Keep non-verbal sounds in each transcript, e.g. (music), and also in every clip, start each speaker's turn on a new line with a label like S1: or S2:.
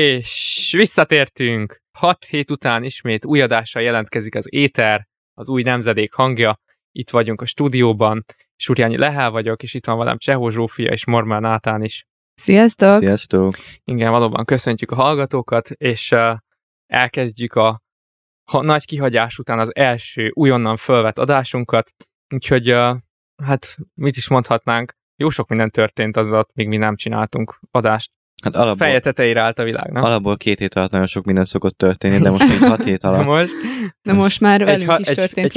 S1: És visszatértünk! Hat hét után ismét új adással jelentkezik az Éter, az új nemzedék hangja. Itt vagyunk a stúdióban, Surjányi Lehel vagyok, és itt van velem Csehó Zsófia és Mormán Nátán is.
S2: Sziasztok!
S3: Sziasztok!
S1: Igen, valóban köszöntjük a hallgatókat, és uh, elkezdjük a ha, nagy kihagyás után az első újonnan fölvett adásunkat, úgyhogy uh, hát mit is mondhatnánk, jó sok minden történt az alatt, míg mi nem csináltunk adást.
S3: Hát alapból,
S1: Feje tetejére állt a világ, nem?
S3: alapból két hét alatt nagyon sok minden szokott történni, de most még hat hét
S1: De
S3: alatt.
S1: most
S2: Na most már velünk
S1: ha-
S2: is történt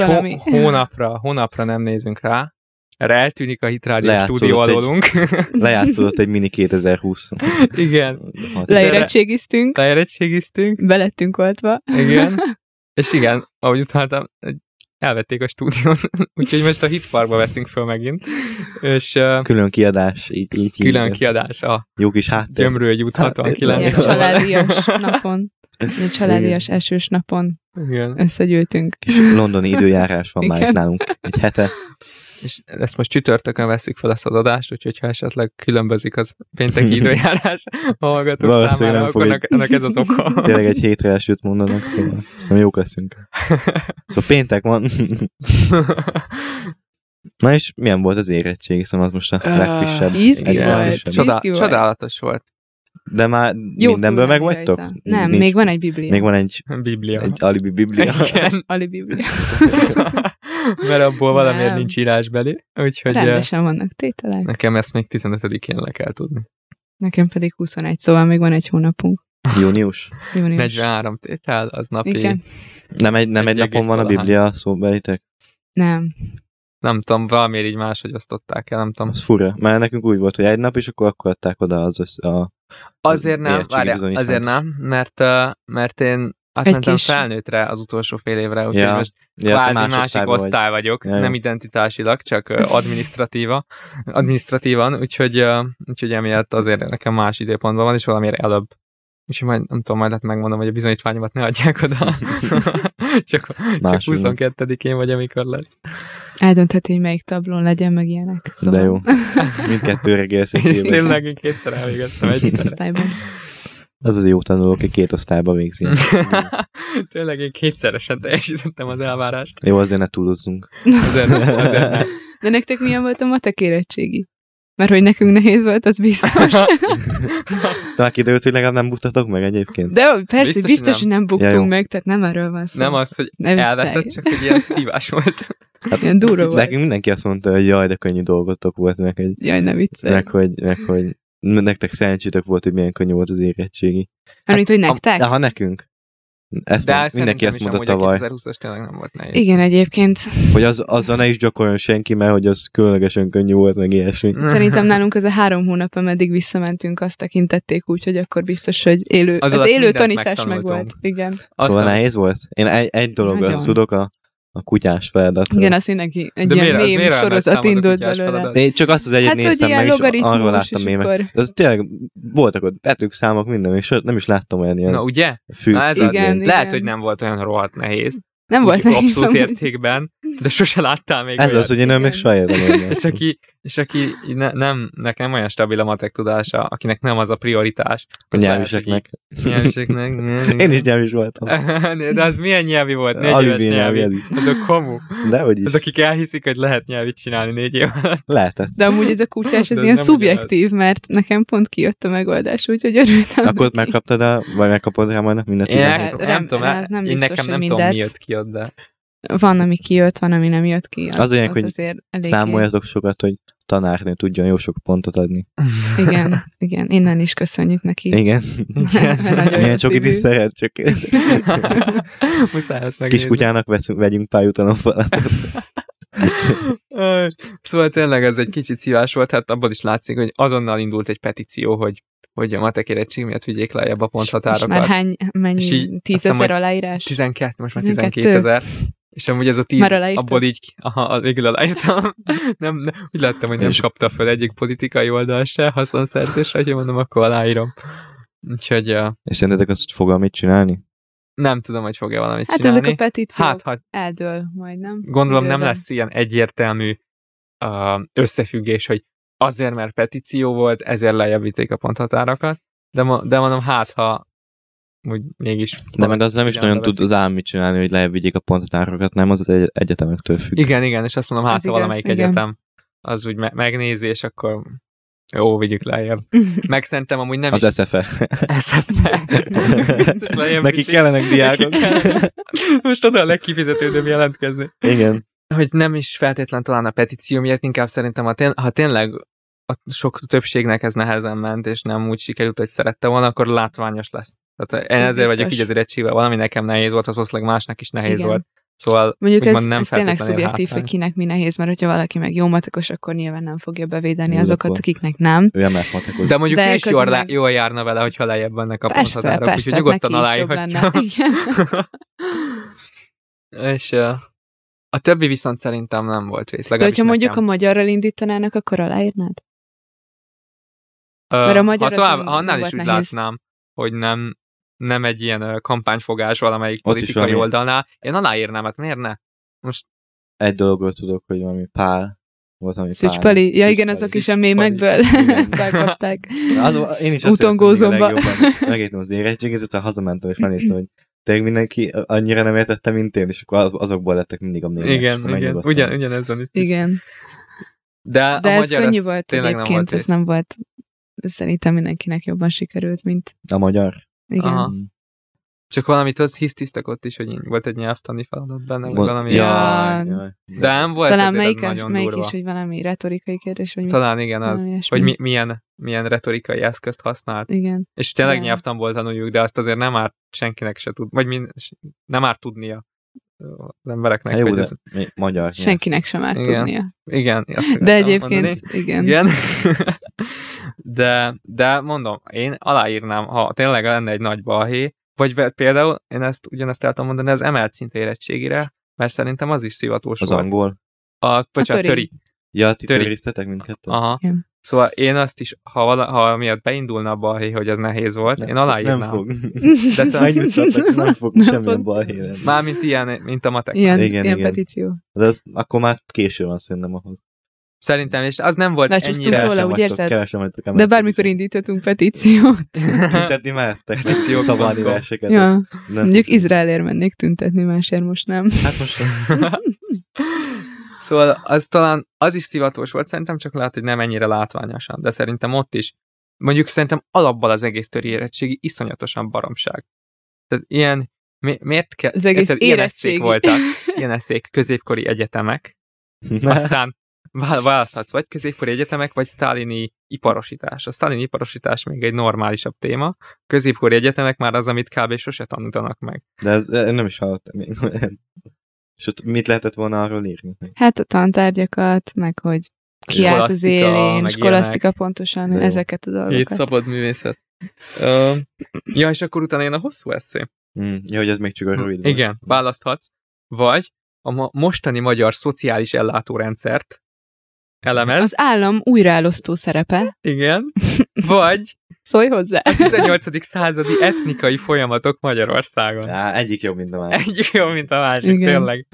S1: egy hó- (laughs)
S2: valami. (laughs)
S1: hónapra, hónapra nem nézünk rá, erre eltűnik a Hitrádió
S3: Lejátszódott
S1: stúdió
S3: egy- (laughs)
S1: alólunk.
S3: Lejátszódott egy mini 2020.
S1: (laughs) Igen,
S3: Hat-
S1: Le-
S2: Leérettségiztünk,
S1: leérettségiztünk,
S2: belettünk oltva.
S1: igen, és igen, ahogy utaltam, egy- elvették a stúdión, (laughs) úgyhogy most a Hitparkba veszünk föl megint, és uh,
S3: Külön kiadás, így, így
S1: külön
S3: hívjuk
S1: kiadás a
S3: ezt. Jó kis háttér.
S1: Gyömrőgy út
S3: Hát,
S1: 69.
S2: Ilyen
S3: Jó.
S2: családias napon, ilyen családias esős napon
S1: Igen.
S2: összegyűltünk.
S3: Kis londoni időjárás van már
S2: Igen.
S3: itt nálunk egy hete.
S1: És ezt most csütörtökön veszik fel ezt az adást, úgyhogy ha esetleg különbözik az
S3: (laughs)
S1: pénteki időjárás a hallgatók
S3: Valószínűleg
S1: számára,
S3: nem
S1: akkor
S3: fog
S1: ennek, ennek ez az
S3: (laughs)
S1: oka.
S3: Tényleg egy hétre elsőt mondanak, szóval szóval jók leszünk. Szóval péntek van. (laughs) Na és milyen volt az érettség? Hiszem az most a
S1: Ah,
S3: legfrissebb.
S2: ízgi
S3: egyik
S2: volt.
S3: legfrissebb.
S2: Csod-
S1: Csodá-
S2: Ki volt?
S1: csodálatos volt.
S3: De már
S2: Jó
S3: mindenből meg
S2: túlélni
S3: vagytok?
S2: rajta. Nem,
S3: Nincs-
S2: még van egy biblia.
S3: Még van egy,
S1: Biblia.
S3: egy alibi biblia.
S2: (laughs)
S1: Igen.
S2: Ali biblia.
S1: Mert abból valamiért
S2: Nem.
S1: nincs írásbeli, úgyhogy eh,
S2: Rendesen vannak tételek.
S1: nekem ezt még 15-én le kell tudni.
S2: Nekem pedig 21, szóval még van egy hónapunk.
S3: Június.
S2: Június.
S1: 43 tétel, az napi,
S2: Igen.
S3: Nem egy, nem egy,
S1: Egy
S3: napon
S1: egész
S3: van a
S1: valahány.
S3: biblia szóbelitek?
S2: Nem.
S1: nem tudom, valamiért így máshogy osztották el, nem tudom.
S3: Az fura, mert nekünk úgy volt, hogy egy nap, és akkor akkor adták oda az össz, a...
S1: Azért nem,
S3: Érettségi
S1: várjál,
S3: bizonyítványt.
S1: azért nem, mert, eh, mert én átmentem
S2: kis-
S1: felnőttre az utolsó fél évre, úgyhogy
S3: Ja.
S1: most
S3: Ja, hát te
S1: kvázi
S3: más
S1: másik
S3: osztályban vagy.
S1: osztály vagy. vagyok,
S3: Ja, ja.
S1: nem identitásilag, csak ö, administratíva, (laughs) administratívan, úgyhogy, ö, úgyhogy emiatt azért nekem más időpontban van, és valamiért előbb. Úgyhogy majd, nem tudom, majd lehet megmondom, hogy a bizonyítványomat ne adják
S3: (laughs)
S1: oda. (laughs) csak, csak
S3: Másodnap.
S1: 22-én vagy, amikor lesz.
S2: Eldöntheti, hogy melyik tablón legyen, meg ilyenek. Szóval
S3: De jó.
S1: (laughs)
S3: Mindkettőre
S1: És
S3: gélszintén.
S1: tényleg én kétszer elvégeztem
S3: (laughs)
S1: egyszerre.
S2: Osztályban.
S3: Az az jó tanuló, aki két osztályba végzi.
S1: (laughs) tényleg én kétszeresen teljesítettem az elvárást.
S3: Jó, azért ne túlozzunk.
S1: Azért, azért nem.
S2: De nektek milyen volt a matek érettségi? Mert hogy nekünk nehéz volt, az biztos.
S3: Talán kiderült, hogy legalább nem buktatok meg egyébként.
S2: De jó, persze,
S1: Biztos,
S2: biztos, biztos
S1: hogy
S2: hogy nem buktunk
S3: Ja, jó.
S2: meg, tehát nem erről van szó.
S1: Nem az, hogy
S2: ne viccelj.
S1: elveszett, csak egy ilyen szívás volt.
S3: Hát,
S2: Ilyen durva volt.
S3: Nekünk mindenki azt mondta, hogy jaj, de könnyű dolgotok volt, meg, egy,
S2: Jaj, ne viccelj.
S3: meg, hogy, meg hogy nektek szerencsétök volt, hogy milyen könnyű volt az érettségi.
S2: Mármint, hogy nektek?
S3: De ha nekünk. Ezt
S1: De
S3: mond, mindenki
S1: szerintem
S3: ezt
S1: is
S3: mondta
S1: amúgy a
S3: tavaly,
S1: 2020-as tényleg nem volt nehéz.
S2: Igen,
S1: (laughs)
S2: egyébként.
S3: hogy az, azzal ne is gyakoroljon senki, mert hogy az különlegesen könnyű volt, meg ilyesmi.
S2: Szerintem nálunk az a három hónap, ameddig visszamentünk, azt tekintették úgy, hogy akkor biztos, hogy élő,
S1: Az
S2: az,
S1: alatt
S2: élő
S1: mindent
S2: tanítás meg volt.
S1: megtanultunk.
S2: Igen.
S3: Aztán...
S1: Aztán-
S3: Szóval nehéz volt? Én egy, egy dologra
S2: Nagyon.
S3: tudok, a, a kutyás feladat.
S2: Igen, azt mindenki egy
S1: De
S2: ilyen
S1: miért- az
S2: mém
S1: miért lenne
S2: sorozat
S1: számodra
S2: indult
S1: kutyás
S2: belőle.
S1: feladat?
S3: Én csak azt az egyet
S2: Hát, hogy
S3: néztem
S2: ilyen
S3: meg, és arról
S2: logaritmus,
S3: láttam
S2: és
S3: mémek.
S2: akkor...
S3: De az tényleg voltak ott betűk, számok, minden, és nem is láttam olyan ilyen
S1: Na ugye?
S3: fű.
S1: Na ez az.
S2: Igen, igen.
S1: Lehet, hogy nem volt olyan rohadt nehéz.
S2: Nem volt
S1: Mondjuk
S2: nehéz.
S1: Abszolút
S2: amúgy.
S1: értékben, de sose láttál még
S3: ez
S1: olyat.
S3: az, hogy én nem még
S2: igen.
S3: sajában
S1: (laughs)
S3: nem
S1: és aki, és aki ne, nem, nekem olyan stabil a matek tudása, akinek nem az a prioritás. az lehet, hogy így-
S3: Nyelviseknek.
S1: Nyelviseknek. igen,
S3: Én
S1: igen.
S3: is nyelvis voltam.
S1: (laughs) De az milyen nyelvi volt? Négy éves
S3: Alibi nyelvi
S1: nyelvi.
S3: ez is.
S1: Azok komu.
S3: De hogy is.
S1: Az,
S3: Hát
S1: akik elhiszik, hogy lehet nyelvit csinálni négy év alatt.
S3: Lehetett.
S2: De amúgy ez a kutyás,
S1: De
S2: ez
S1: ez
S2: ilyen
S1: nem ugyanaz.
S2: szubjektív, mert nekem pont kijött a megoldás, úgyhogy örültem.
S3: Akkor ott
S2: neki.
S3: megkaptad a, vagy megkapod rá majdnem mind a
S1: Én
S3: tizenegy.
S1: nem,
S2: Hát,
S1: nem
S2: rem-
S1: tudom,
S2: ez nem
S1: én
S2: biztos,
S1: nekem
S2: hogy
S1: nem tudom, mi
S2: mindet.
S1: jött ki ott,
S2: (laughs)
S1: de
S2: Van, ami kijött, van, ami nem jött ki.
S3: Az olyan, hogy
S2: azért eléggé-
S3: Számoljatok sokat, hogy tanárnő tudjon jó sok pontot adni.
S2: (laughs) Igen, igen, innen is köszönjük neki.
S3: Igen.
S2: (laughs) Nagyon
S3: Milyen
S2: jó
S3: csokit
S2: szívű.
S3: is szeret, csak (laughs)
S1: Muszáj ezt megnézni.
S3: kiskutyának veszünk, vegyünk pályutanofalat.
S1: Aj, szóval tényleg ez egy kicsit szívás volt, hát abból is látszik, hogy azonnal indult egy petíció, hogy, hogy a matek érettség miatt vigyék lejjebb a
S2: És már
S1: ponthatárokat.
S2: hány,
S1: És így
S2: mennyi,
S1: azt hiszem,
S2: tízezer
S1: hogy
S2: aláírás?
S1: 12, most már
S2: 12.
S1: 12 ezer. És amúgy ez a 10,
S2: Már aláírtad?
S1: abból így, aha, az- végül
S2: (laughs)
S1: aláírtam. Nem, nem, úgy láttam, hogy nem
S3: És-
S1: kapta fel egyik politikai oldal se haszonszerzésre, hogy mondom, akkor aláírom. Úgyhogy ja,
S3: (laughs) És szerintetek azt fog mit csinálni?
S1: nem tudom, hogy fogja valamit
S2: Hát
S1: csinálni.
S2: ezek a petíciók
S1: hát, ha
S2: eldől
S1: (laughs)
S2: majdnem.
S1: gondolom nem
S2: Időben.
S1: lesz ilyen egyértelmű ö, összefüggés, hogy azért, mert petíció volt, ezért lejjebb vitték a ponthatárakat, De, ma, de mondom, hát ha úgy mégis...
S3: De meg az nem is nagyon tud
S1: beveszik.
S3: az állam mit csinálni, hogy lejjebb vigyék a pontatárokat, nem az az egy- egyetemektől függ.
S1: Igen, igen, és azt mondom, hát
S2: Ez
S1: ha
S2: igaz,
S1: valamelyik
S2: igen.
S1: egyetem az úgy me- megnézi, és akkor jó, vigyük
S2: (laughs)
S1: lejjebb. Meg szerintem amúgy nem
S3: Az E.
S1: is
S3: SFE.
S1: (laughs) SFE. Biztos
S3: (laughs)
S1: lejjebb
S3: Neki
S1: viszik.
S3: kellenek diákok.
S1: Neki kellene. Most oda a legkifizetődőbb jelentkezni.
S3: Igen.
S1: hogy nem is feltétlen talán a petíció miatt, inkább szerintem, ha, tén- ha tényleg a sok többségnek ez nehezen ment, és nem úgy sikerült, hogy szerette volna, akkor látványos lesz. Tehát én
S2: Ez
S1: ezért vagyok
S2: biztos.
S1: így az érettségvel, valami nekem nehéz volt, az valószínűleg másnak is nehéz
S2: Igen.
S1: volt. Szóval
S2: Mondjuk ez,
S1: úgymond nem
S2: nem ez tényleg
S1: feltétlenül
S2: szubjektív,
S1: hátrány.
S2: hogy kinek mi nehéz, mert hogyha valaki meg jó matekos, akkor nyilván nem fogja bevédeni
S3: Jó,
S2: azokat,
S3: akkor.
S2: akiknek nem.
S3: Ő emelt matekos.
S1: de mondjuk
S2: De
S1: ő is
S2: közben
S1: jól, meg...
S2: meg-
S1: jól járna vele, hogyha lejjebb ennek a
S2: Persze,
S1: ponthatárok, úgyhogy
S2: persze, hát
S1: nyugodtan
S2: neki is jobb lenne.
S1: aláírhatja.
S2: Igen.
S1: (laughs) és ö, a többi viszont szerintem nem volt rész.
S2: De
S1: legalábbis
S2: hogyha mondjuk a
S1: nekem.
S2: magyarral indítanának, akkor aláírnád?
S1: Ö,
S2: Mert a magyar
S1: ha tovább,
S2: az
S1: ha annál
S2: nem
S1: is úgy
S2: volt nehéz.
S1: látnám, hogy nem, nem egy ilyen ö, kampányfogás valamelyik
S3: Ott is
S1: politikai
S3: valami.
S1: oldalnál, én aláírnám, hát miért ne?
S3: Egy dologról tudok, hogy valami pál. Volt, ami
S2: Szűcs
S3: pál.
S2: Pali? Ja
S3: Szűcs
S2: igen,
S3: Pali.
S2: azok is a
S1: Szűcs
S2: mémekből (laughs)
S3: Igen.
S2: felkapták.
S3: Az, én is
S2: Úton
S3: azt
S2: gózomba.
S3: Úton Megértem az érettségét, aztán hazamentem, és megnéztem, hogy tényleg mindenki annyira nem értette, mint én, és akkor az, azokból lettek mindig a négyes.
S1: igen, igen, ugyan, ugyanez van itt. is.
S2: Igen.
S1: De,
S2: De
S1: a
S2: ez
S1: magyar
S2: könnyű
S1: az
S2: volt
S1: tényleg nem
S2: egyébként,
S1: volt
S2: ez nem volt szerintem mindenkinek jobban sikerült, mint
S3: A magyar?
S2: igen.
S1: Aha.
S3: Mm.
S1: Csak valamit az hisztisztek ott is, hogy volt egy nyelvtani feladat benne, vagy
S3: Mo-
S1: valami.
S2: Ja.
S3: Jaj, jaj.
S1: De nem volt
S2: Talán
S1: azért
S2: melyik,
S1: ez
S2: az,
S1: nagyon
S2: melyik
S1: durva.
S2: is, hogy valami retorikai kérdés, vagy mi?
S1: Talán igen
S2: valami
S1: az,
S2: ilyesmi.
S1: hogy mi, milyen, milyen retorikai eszközt használt.
S2: Igen.
S1: És tényleg
S2: Ja.
S1: nyelvtanból tanuljuk, de azt azért nem árt senkinek se tud, vagy min, nem árt tudnia az embereknek.
S3: Hát jó,
S1: hogy
S3: de
S1: ez,
S3: mi, magyar. nyelv.
S2: Senkinek sem árt
S1: Igen.
S2: tudnia.
S1: igen, azt
S2: De
S1: akartam mondani.
S2: egyébként, igen. (laughs)
S1: Igen. (laughs) de, de mondom, én aláírnám, ha tényleg lenne egy nagy balhé, vagy ve- például, én ezt ugyanezt el tudom mondani, az emelt szint érettségére, mert szerintem az is szivatós
S3: Az
S1: volt.
S3: angol.
S1: A, bocsánat,
S2: Hát, töri.
S1: töri.
S3: Ja, ti
S1: Töri.
S3: törésztetek mindketten?
S1: Aha.
S2: Igen.
S1: Szóval én azt is, ha, vala, ha miatt beindulna a balhé, hogy az nehéz volt,
S3: Nem
S1: én
S3: fog-
S1: aláírnám.
S3: Nem fog.
S1: De te-
S3: Annyit csaptak, nem
S2: (laughs)
S3: fog
S2: Nem
S3: semmilyen
S2: fog.
S3: bal lenni.
S1: Mármint ilyen, mint a matek.
S2: Ilyen,
S3: Igen,
S2: igen, ilyen
S3: igen.
S2: petíció.
S3: De az, akkor már késő van szerintem ahhoz.
S1: Szerintem, és az nem volt
S2: Lecsúsztunk
S1: ennyire...
S2: róla,
S3: Kevesen
S2: úgy
S3: vagytok-
S2: érzed?
S3: Kevesen vagytok
S2: De bármikor indítottunk petíciót. (laughs)
S3: Tüntetni mehettek.
S1: Petíciók
S3: Szabadni
S1: vannak.
S3: verseket.
S2: Ja.
S3: Nem.
S2: Mondjuk Izraelért mennék tüntetni, másért most nem.
S3: Hát most
S1: szóval az talán az is szivatós volt, szerintem csak lehet, hogy nem ennyire látványosan, de szerintem ott is. Mondjuk szerintem alapból az egész töri érettségi iszonyatosan baromság. Tehát ilyen, mi, miért kell...
S2: Az egész
S1: érted, ilyen
S2: érettségi.
S1: eszék voltak, ilyen eszék középkori egyetemek,
S3: (laughs)
S1: aztán vá- választhatsz vagy középkori egyetemek, vagy sztálini iparosítás. A sztálini iparosítás még egy normálisabb téma, a középkori egyetemek már az, amit kb. sose tanítanak meg.
S3: De ez én nem is hallottam még. És ott mit lehetett volna arról írni?
S2: Hát a tantárgyakat, meg hogy ki állt az
S1: Skolasztika,
S2: élén,
S1: meg
S2: hát skolasztika pontosan,
S3: De jó.
S2: ezeket a dolgokat.
S1: szabad művészet. Ö, ja, és akkor utána jön a hosszú eszé.
S3: Mm, ja, hogy ez még csak a rövid volt.
S1: Hm. Igen, választhatsz. Vagy a ma- mostani magyar szociális ellátórendszert elemez,
S2: Az állam újraelosztó szerepe.
S1: igen, vagy
S2: Szólj hozzá!
S1: a 18. századi etnikai folyamatok Magyarországon.
S3: Á, egyik jobb, mint a másik.
S1: Egyik jó, mint a másik, Igen.
S2: Igen.
S1: tényleg.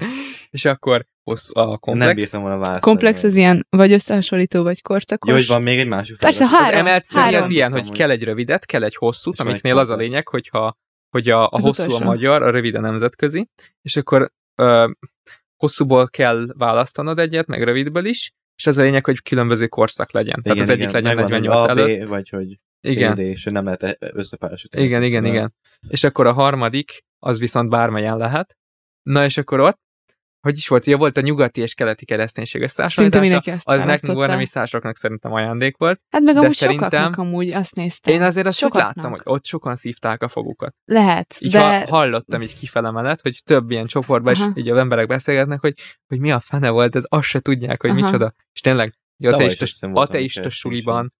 S1: És akkor hossz, a
S3: Nem
S1: komplex.
S3: bírtam volna választani.
S2: Komplex az ilyen, vagy összehasonlító, vagy kortakos.
S3: Jó, hogy van még egy másik.
S2: Persze,
S3: feladat.
S1: Az
S2: Három,
S1: emelt sztori
S2: három.
S1: az ilyen, hogy
S3: Tudom,
S1: kell egy rövidet, kell egy hosszút,
S3: És van egy
S1: amiknél az a
S3: komplex.
S1: lényeg, hogyha, hogy a, a
S2: Az
S1: hosszú a
S2: utolsó.
S1: magyar, a rövid a nemzetközi, és akkor ö, hosszúból kell választanod egyet, meg rövidből is, és az a lényeg, hogy különböző korszak legyen. Tehát az egyik legyen
S3: megvan, hogy
S1: 48
S3: A, B,
S1: előtt.
S3: Vagy hogy
S1: Igen.
S3: CD, és nem lehet e- összepárosítani.
S1: Igen, igen,
S3: Mert
S1: igen. És akkor a harmadik, az viszont bármelyen lehet. Na és akkor ott, hogy is volt, ja volt a nyugati és keleti kereszténység
S2: Szinte
S1: összehasonlítása,
S2: mindenki azt
S1: az nekünk
S2: választotta.
S1: volna, mi szásoknak szerintem ajándék volt.
S2: Hát meg
S1: de
S2: amúgy
S1: szerintem-
S2: sokaknak amúgy azt néztem.
S1: Én azért azt úgy
S2: Sokaknak.
S1: láttam, hogy ott sokan szívták a fogukat.
S2: Lehet,
S1: Így
S2: de...
S1: ha, hallottam így kifele mellett, hogy több ilyen csoportban is
S2: Aha.
S1: így az emberek beszélgetnek, hogy, hogy mi a fene volt, ez azt se tudják, hogy
S2: Aha.
S1: micsoda. És tényleg, hogy
S3: Tavaly is
S1: ateista,
S3: azt hiszem volt,
S1: ateista
S3: amikor
S1: suliban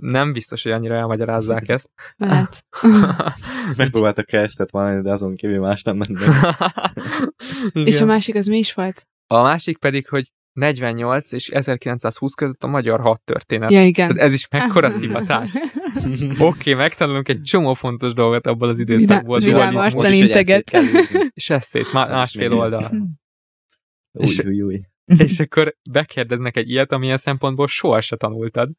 S1: nem biztos, hogy annyira elmagyarázzák
S3: (laughs)
S1: ezt. (laughs)
S2: Lehet.
S3: Megpróbáltak keresztet valami, de azon kívül más nem mennek.
S2: És a
S1: Igen.
S2: másik az mi is volt?
S1: A másik pedig, hogy 48 és 1920 között a magyar hadtörténet.
S2: Ja, igen.
S1: Hát, Tehát ez is
S2: (laughs)
S1: mekkora szivatás. (laughs) Oké, okay, megtanulunk egy csomó fontos dolgot abból az időszakból.
S2: Vidám
S1: dualizmus
S2: arccal
S3: Most is egy
S2: integet.
S3: eszét kell
S2: (laughs)
S3: írni.
S1: És eszét, má-
S3: Az Hát, is
S1: másfél
S3: még
S1: oldal.
S3: eszét.
S1: És-
S3: Új, új, új.
S1: (laughs) És akkor bekérdeznek egy ilyet, amilyen szempontból soha se tanultad.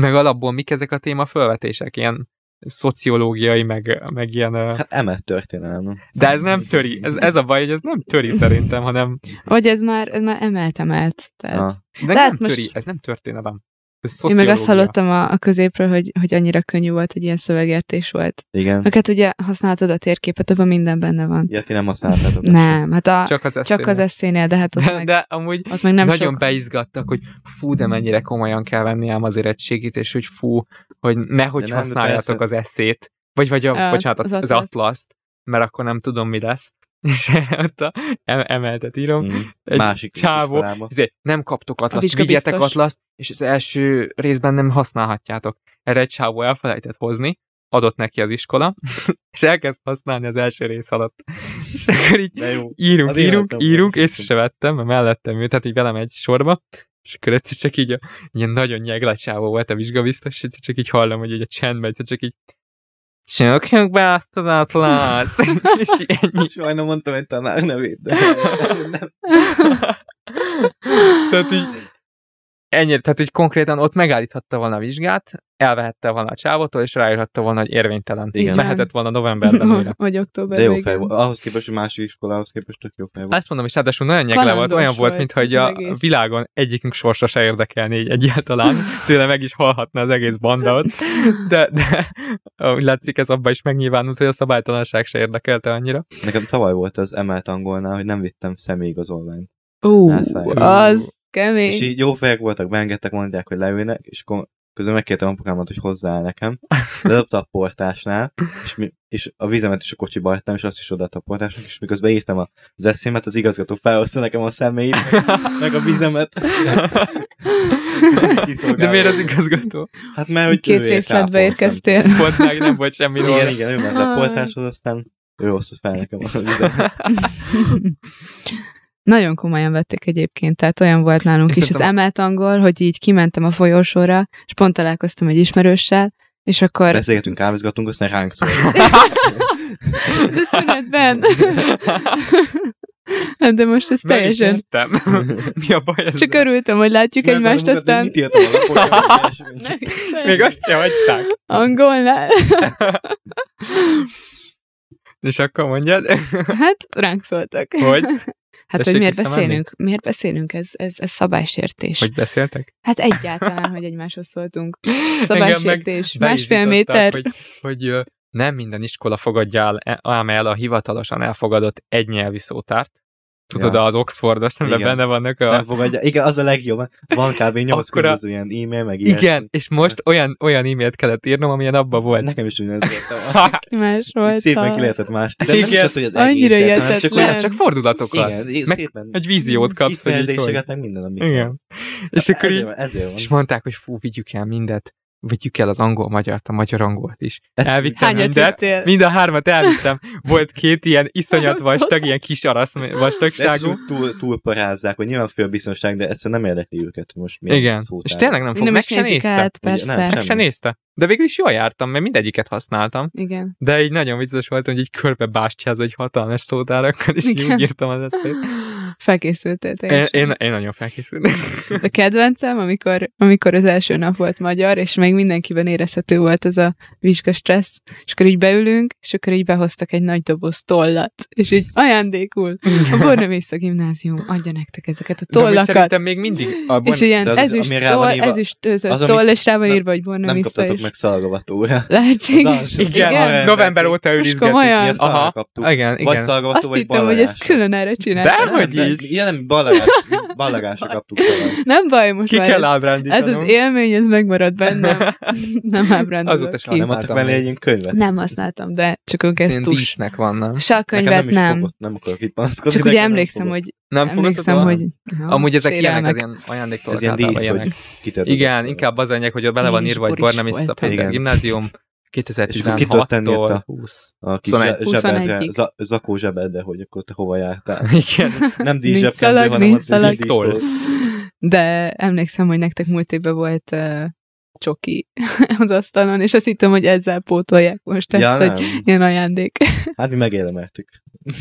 S1: Meg alapból mik ezek a téma felvetések, ilyen szociológiai, meg, meg ilyen... ö,
S3: Hát eme történelem.
S1: De ez nem töri, ez, ez a baj, hogy ez nem töri szerintem, hanem...
S2: Vagy ez már, ez már emelt emelt. Tehát.
S3: Ah,
S1: De
S2: hát
S1: nem
S2: most-
S1: töri, ez nem történelem. Ez
S2: Én meg
S1: szociológia.
S2: azt hallottam a, a középről, hogy, hogy annyira könnyű volt, hogy ilyen szövegértés volt.
S1: Hm.
S3: igen.
S2: Meg hát ugye használtad a térképet, abban minden benne van.
S3: Ja, ti nem használtátok.
S2: Nem, hát a, csak,
S1: Csak az
S2: csak az
S1: eszénél.
S2: eszénél, de hát ott,
S1: de,
S2: meg,
S1: de amúgy
S2: ott meg nem
S1: nagyon
S2: sok.
S1: beizgattak, hogy fú, de mennyire komolyan kell venni ám az érettségit, és hogy fú, hogy nehogy
S3: De
S1: nem,
S3: nem, de
S1: használjátok az
S3: persze.
S1: eszét, vagy, vagy a,
S2: Ö,
S1: bocsánat, az,
S2: az
S1: az
S2: atlaszt.
S1: atlaszt, mert akkor nem tudom, mi lesz. (laughs) És ott a em- emeltet írom.
S3: Mm.
S1: Egy
S3: Másik
S1: csávó.
S3: iskolába.
S1: Ezért nem kaptok atlaszt,
S2: vizsga
S1: vigyetek
S2: biztos.
S1: atlaszt, és az első részben nem használhatjátok. Erre egy csávó elfelejtett hozni, adott neki az iskola, (laughs) és elkezd használni az első rész alatt. (laughs) És akkor így (laughs)
S3: De jó.
S1: írunk, írunk,
S3: Az életemben
S1: írunk,
S3: is
S1: észre
S3: tudtam.
S1: se vettem, mert mellettem ő, tehát így velem egy sorba, és akkor egyszer csak így a, ilyen nagyon nyeglacsávó volt a vizsgabiztos, és egyszer csak így hallom, hogy így a csendben, egyszer csak így csökjünk be azt az
S3: (laughs)
S1: átlászt, (laughs) és így ennyi.
S3: Sajnálom Hát mondtam egy tanár nevét, de nem.
S1: (laughs) Tehát így- Ennyi, tehát így konkrétan ott megállíthatta volna a vizsgát, elvehette volna a csávótól, és ráírhatta volna, hogy érvénytelen.
S3: Igen.
S1: Mehetett volna
S3: (laughs)
S1: novemberben újra.
S2: (laughs) Vagy október
S3: De jó
S2: végén.
S3: fej volt. Ahhoz képest, hogy másik iskolához képest tök jó fej volt.
S1: Azt mondom, és ráadásul nagyon nyegle volt,
S2: Kalandos
S1: olyan volt,
S2: volt
S1: mintha így
S2: az
S1: a
S2: egész.
S1: világon egyikünk sorsa se érdekelni így egyáltalán. Tőle meg is hallhatna az egész banda ott. De, de úgy látszik, ez abban is megnyilvánult, hogy a szabálytalanság se érdekelte annyira.
S3: Nekem tavaly volt az emelt angolnál, hogy nem vittem személyigazolványt.
S2: Ú,
S3: Elfájult.
S2: az
S3: És
S2: kemény.
S3: így jó fejek voltak, beengedtek, mondják, hogy leülnek, és akkor közben megkértem apukámat, hogy hozzá nekem. Ledobta a portásnál, és, mi, és a vizemet is a kocsiba hagytam, és azt is odaadta a portásnak, és miközben írtam a, az eszémet, az igazgató felhozta nekem a személyt, meg a
S2: (laughs)
S3: vizemet.
S1: De
S3: Kiszolgálja.
S1: miért az igazgató?
S3: Hát mert, hogy
S2: Két
S3: lőjék rá
S2: részletbe
S3: a
S2: érkeztél.
S1: Pont meg nem volt semmi
S3: portát.
S1: róla.
S3: Igen, igen, ő ment le a portáshoz, aztán ő hozta fel nekem a vizemet.
S2: Nagyon komolyan vették egyébként, tehát olyan volt nálunk
S1: És
S2: is az
S1: szerintem-
S2: emelt angol, hogy így kimentem a folyosóra, és pont találkoztam egy ismerőssel, és akkor... (laughs)
S3: Beszélgetünk, kávézgatunk, aztán ránk szólt.
S2: De
S1: (laughs)
S2: szünetben! Hát De most ez
S1: Meg is
S2: teljesen...
S1: értem. Mi a baj ez?
S2: Csak örültem, hogy látjuk
S3: Meg
S2: egymást,
S3: akarom
S2: (laughs)
S3: mutatni,
S2: aztán...
S3: Mit írtam a lapokra, vagy ilyesmi.
S2: Nem hiszem.
S1: Még azt se hagyták.
S3: (laughs)
S2: Angolnál?
S1: És akkor mondjad,
S2: Hát ránk szóltak.
S1: hogy,
S2: Hát,
S1: Tessék
S2: hogy miért
S1: visszamenni?
S2: beszélünk? Miért beszélünk? Ez, ez, ez szabálysértés.
S1: hogy beszéltek?
S2: Hát egyáltalán, hogy egymáshoz szóltunk.
S1: meg
S2: Szabálysértés. Másfél
S1: Beizítottak,
S2: méter.
S1: Hogy, hogy ö, nem minden iskola fogadja el, e- ám el a hivatalosan elfogadott egynyelvű szótárt. Tudod,
S3: Ja.
S1: az Oxfordos, amiben
S3: Igen.
S1: benne vannak
S3: Ezt
S1: a...
S3: nem fogadja. Igen, az a legjobb. Van kb. 8
S1: Akkora-
S3: különböző ilyen e-mail, meg ilyesmi.
S1: Igen, és most olyan, olyan e-mailt kellett írnom, amilyen abban (laughs) volt.
S3: Nekem is ugyanez volt.
S2: Hát,
S1: Ha,
S2: Más volt.
S3: Szépen
S2: a-
S3: ki lehetett más. De nem is
S1: Igen.
S3: az, hogy az
S2: Annyira
S3: egészet, hanem csak
S2: hihetetlen.
S3: olyan
S1: olyan, csak fordulatokat.
S3: Igen, így
S1: Meg
S3: szépen
S1: Egy víziót kapsz, hogy így hogy.
S3: kifejezéseket, meg minden, amit
S1: Igen. És akkor
S3: ezért,
S1: így,
S3: van, ezért
S1: és
S3: van.
S1: mondták, hogy fú, vigyük el mindet, vigyük el az angol-magyart, a magyar-angolt is.
S3: Ez-
S1: Elvittem
S2: Hányat
S1: mindet,
S2: jöttél?
S1: mind a hármat elvittem. Volt két ilyen iszonyat vastag, ilyen kis arasz
S3: De ezt is
S1: vastagságú.
S3: úgy túl, túlparázzák, hogy nyilván fő a biztonság, de egyszerűen nem érdekli őket hogy most. milyen
S1: Igen,
S3: szótár.
S1: és tényleg nem fog,
S2: Nem
S1: meg
S2: is
S1: se
S2: nézik
S1: nézte.
S2: át, persze.
S3: nem.
S1: Meg se
S3: Semmi.
S1: nézte. De végül is jól jártam, mert mindegyiket használtam.
S2: Igen.
S1: De így nagyon vicces volt, hogy így körbe bástyáz egy hatalmas szótárakkal, és így
S2: Igen.
S1: úgy írtam az eszét.
S2: Felkészültél
S1: Én,
S2: teljesen.
S1: én, én nagyon felkészültem.
S2: A kedvencem, amikor, amikor az első nap volt magyar, és még mindenkiben érezhető volt ez a vizsga stressz, és akkor így beülünk, és akkor így behoztak egy nagy doboz tollat, és így ajándékul a Bornevész gimnázium adja nektek ezeket a
S1: De amúgy
S2: tollakat.
S1: szerintem még mindig a
S2: és ilyen
S3: De az-
S2: ez is
S3: ami rá van
S2: toll,
S3: írva-
S2: ez is tőzött
S3: az, amit
S2: toll, és rá van
S3: nem-
S2: írva, hogy Borna
S3: Nem
S2: vissza
S3: kaptatok
S2: is.
S3: meg
S2: (laughs)
S3: szalagavatóra.
S2: Lehetséges.
S3: az-
S1: Igen,
S2: Igen.
S1: igen, november óta
S2: Most
S1: őrizgetik.
S2: komolyan.
S3: Mi azt
S1: Aha.
S3: arra kaptuk.
S1: Igen,
S3: Vagy
S1: igen.
S3: szalgavató,
S2: Azt
S3: vagy
S2: hittem, hogy ezt
S3: ballagás.
S2: külön erre csinálják.
S1: De?
S3: Nem,
S1: Hogy
S3: nem,
S1: is?
S3: Ilyen nem ballagás, ballagásra kaptuk. talán.
S2: Nem baj, most
S1: Ki
S2: már
S1: kell
S2: ez, ez
S1: ábrándítanom.
S2: az élmény, ez megmarad
S3: (laughs)
S2: bennem. Nem ábrándulok
S1: Azóta se
S2: ki.
S3: Nem adtak mellé egy ilyen könyvet.
S2: Nem használtam, de csak önkesztus.
S1: dísznek van, nem?
S2: Se a
S3: Nekem
S2: könyvet
S3: nem. is
S2: nem.
S3: Fogott, nem akarok itt panaszkodni.
S2: Csak ugye
S3: nekem nem
S2: emlékszem,
S3: fogott.
S2: hogy
S1: Nem
S2: emlékszem,
S1: fogadtad?
S2: hogy ja,
S1: Amúgy ezek ilyenek, az
S2: félelmek.
S1: ilyen
S3: Ez ilyen
S1: ajándéktól
S3: dísz, hogy
S1: ilyenek.
S3: kitörtött.
S1: Igen, inkább az anyag, hogy bele van
S2: Én is
S1: írva, hogy
S2: boris
S1: Barna Missa
S2: voltam.
S1: Péter
S3: Igen.
S1: Gimnázium
S3: És akkor ki tudott tenni ott
S1: 2016-tól
S3: a-
S1: 20.
S3: A kis
S1: 21.
S3: zsebedre,
S2: 21.
S3: za- zakó zsebedre, hogy akkor te hova
S2: (laughs)
S3: jártál.
S1: (laughs) Igen,
S3: Nem
S2: Nincs
S3: díszsebb,
S2: szalag,
S3: hanem
S2: nincs
S3: az egy
S2: szalag.
S3: dísztól.
S2: De emlékszem, hogy nektek múlt évben volt uh, csoki (laughs) az asztalon, és azt hittem, hogy ezzel pótolják most ezt,
S3: Ja,
S2: hogy
S3: nem.
S2: ilyen ajándék.
S3: Hát mi
S1: (laughs)
S3: megélemeltük.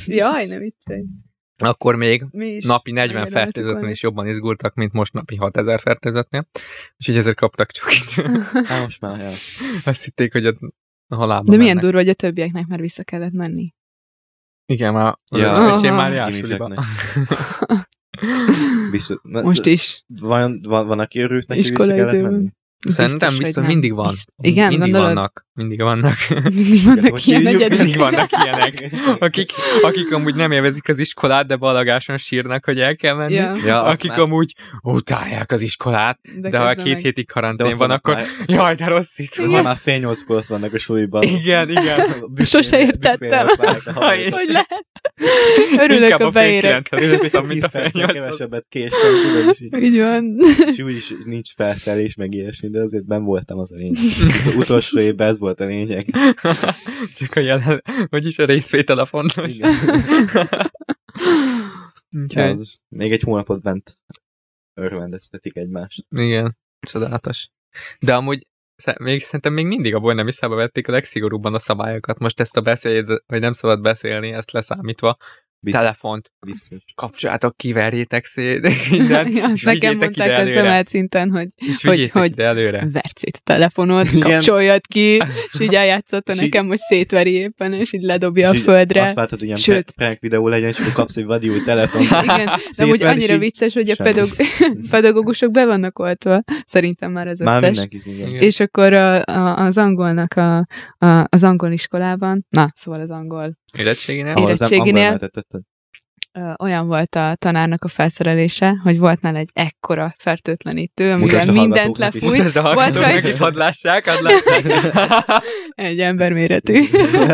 S2: Jaj, nem viccelj.
S1: akkor még
S2: Mi is.
S1: napi 40
S2: nagyon
S1: fertőzöttnél
S2: eltitkolni.
S1: is jobban izgultak, mint most napi 6000
S2: (laughs)
S1: fertőzöttnél. Úgyhogy ezért kaptak csokit.
S3: Hát most már, ja.
S1: Azt hitték, hogy ott a halálba
S2: De milyen
S1: mennek.
S2: durva, hogy a többieknek már vissza kellett menni.
S1: Igen, már
S3: Ja.
S1: ja. öcsém
S2: Aha.
S1: már jásuliba.
S3: Gimiseknek. Biztos, na,
S2: Most is.
S3: Van, van, van, aki örült neki, vissza
S2: Iskolai
S3: kellett
S2: időben.
S3: menni?
S2: Biztos,
S1: Szerintem
S2: hogy
S1: biztos
S2: nem.
S1: mindig van.
S2: Bizt- Igen,
S1: mindig
S2: gondolod?
S1: vannak. Mindig vannak.
S2: (laughs)
S1: (laughs)
S2: Mindig
S3: Igen,
S2: vannak
S3: hogy
S2: ilyen
S3: hívjuk?
S2: egyedek.
S1: mindig vannak ilyenek.
S3: (laughs)
S1: Akik, akik amúgy nem élvezik az iskolát, de balagáson sírnak, hogy el kell menni.
S2: (laughs) Ja,
S3: Ja,
S1: (laughs) Akik
S3: már-
S1: amúgy utálják az iskolát, de, ha
S2: közben
S1: két
S2: meg-
S1: hétig
S3: de ott
S1: karantén van, akkor
S3: már,
S1: jaj, de rossz itt
S3: ott
S1: van.
S3: már fél nyolckor ott vannak a suliban.
S1: Igen, igen.
S3: Büfénél-
S2: Sose értettem.
S3: büfénél ott várnak a hallgatók.
S2: Hogy lehet? (laughs) Örülök,
S1: Inkább
S2: ha
S1: a fél
S2: beérek.
S1: kilenchez
S3: Örülök,
S1: hoztam,
S3: hogy
S1: mint a
S3: 10
S1: fél
S3: percnél
S1: nyolchoz.
S3: kevesebbet késtem, tudod, és így
S2: Így van.
S3: és úgy is nincs felszerelés, meg ilyesmi, de azért ben voltam az a lényeg.
S2: (laughs)
S3: Az utolsó évben ez volt a lényeg.
S1: (laughs) Csak a jelen, vagyis a részvétel a fontos.
S3: Igen.
S1: Úgyhogy-
S3: Az, is- még egy hónapot bent örvendeztetik egymást.
S1: Igen, csodálatos. De amúgy sze- még, szerintem még mindig a Buena Visszába vették a legszigorúbban a szabályokat. Most ezt a beszéd, vagy nem szabad beszélni, ezt leszámítva.
S3: Biztos.
S1: Telefont
S3: Biztos.
S1: kapcsoljátok, kiverjétek szét, (laughs) minden,
S2: (laughs)
S1: és
S2: Ja, Azt nekem
S1: vigyétek ide
S2: mondták az
S1: előre.
S2: emelt szinten, hogy
S1: És
S2: hogy-
S1: vigyétek
S2: hogy-
S1: ide előre.
S2: verj szét a telefonod,
S3: Igen.
S2: kapcsoljad ki, és így eljátszotta
S3: És így-
S2: nekem, hogy szétveri éppen, és így ledobja a
S3: És így
S2: földre.
S3: Azt vártad, hogy ilyen
S2: Sőt.
S3: pre- prank videó legyen, és akkor kapsz egy vadió
S1: (laughs)
S3: telefon.
S2: Igen, de úgy
S3: Szétveri, és
S2: annyira
S3: így
S2: vicces, hogy a
S3: semmi.
S2: pedagóg... pedagógusok be vannak oltva, szerintem már az
S3: Már
S2: összes.
S3: mindenki igen.
S1: Igen.
S2: És akkor a, a, az angolnak a, a, az angol iskolában, na, szóval az angol
S1: Érettségénél?
S2: Ah.
S3: Ahol az
S2: Érettséginél.
S3: angol mehetetted.
S2: ö, olyan volt a tanárnak a felszerelése, hogy volt nála egy ekkora fertőtlenítő, amivel
S3: Mutasd a
S2: mindent
S3: hallgatóknak is.
S2: lefújt,
S1: Mutasd a hallgatóknak
S2: rajta-
S1: is, hadd lássák, hadd
S2: (laughs)
S1: lássák.
S2: egy
S3: (laughs)
S2: emberméretű. (laughs)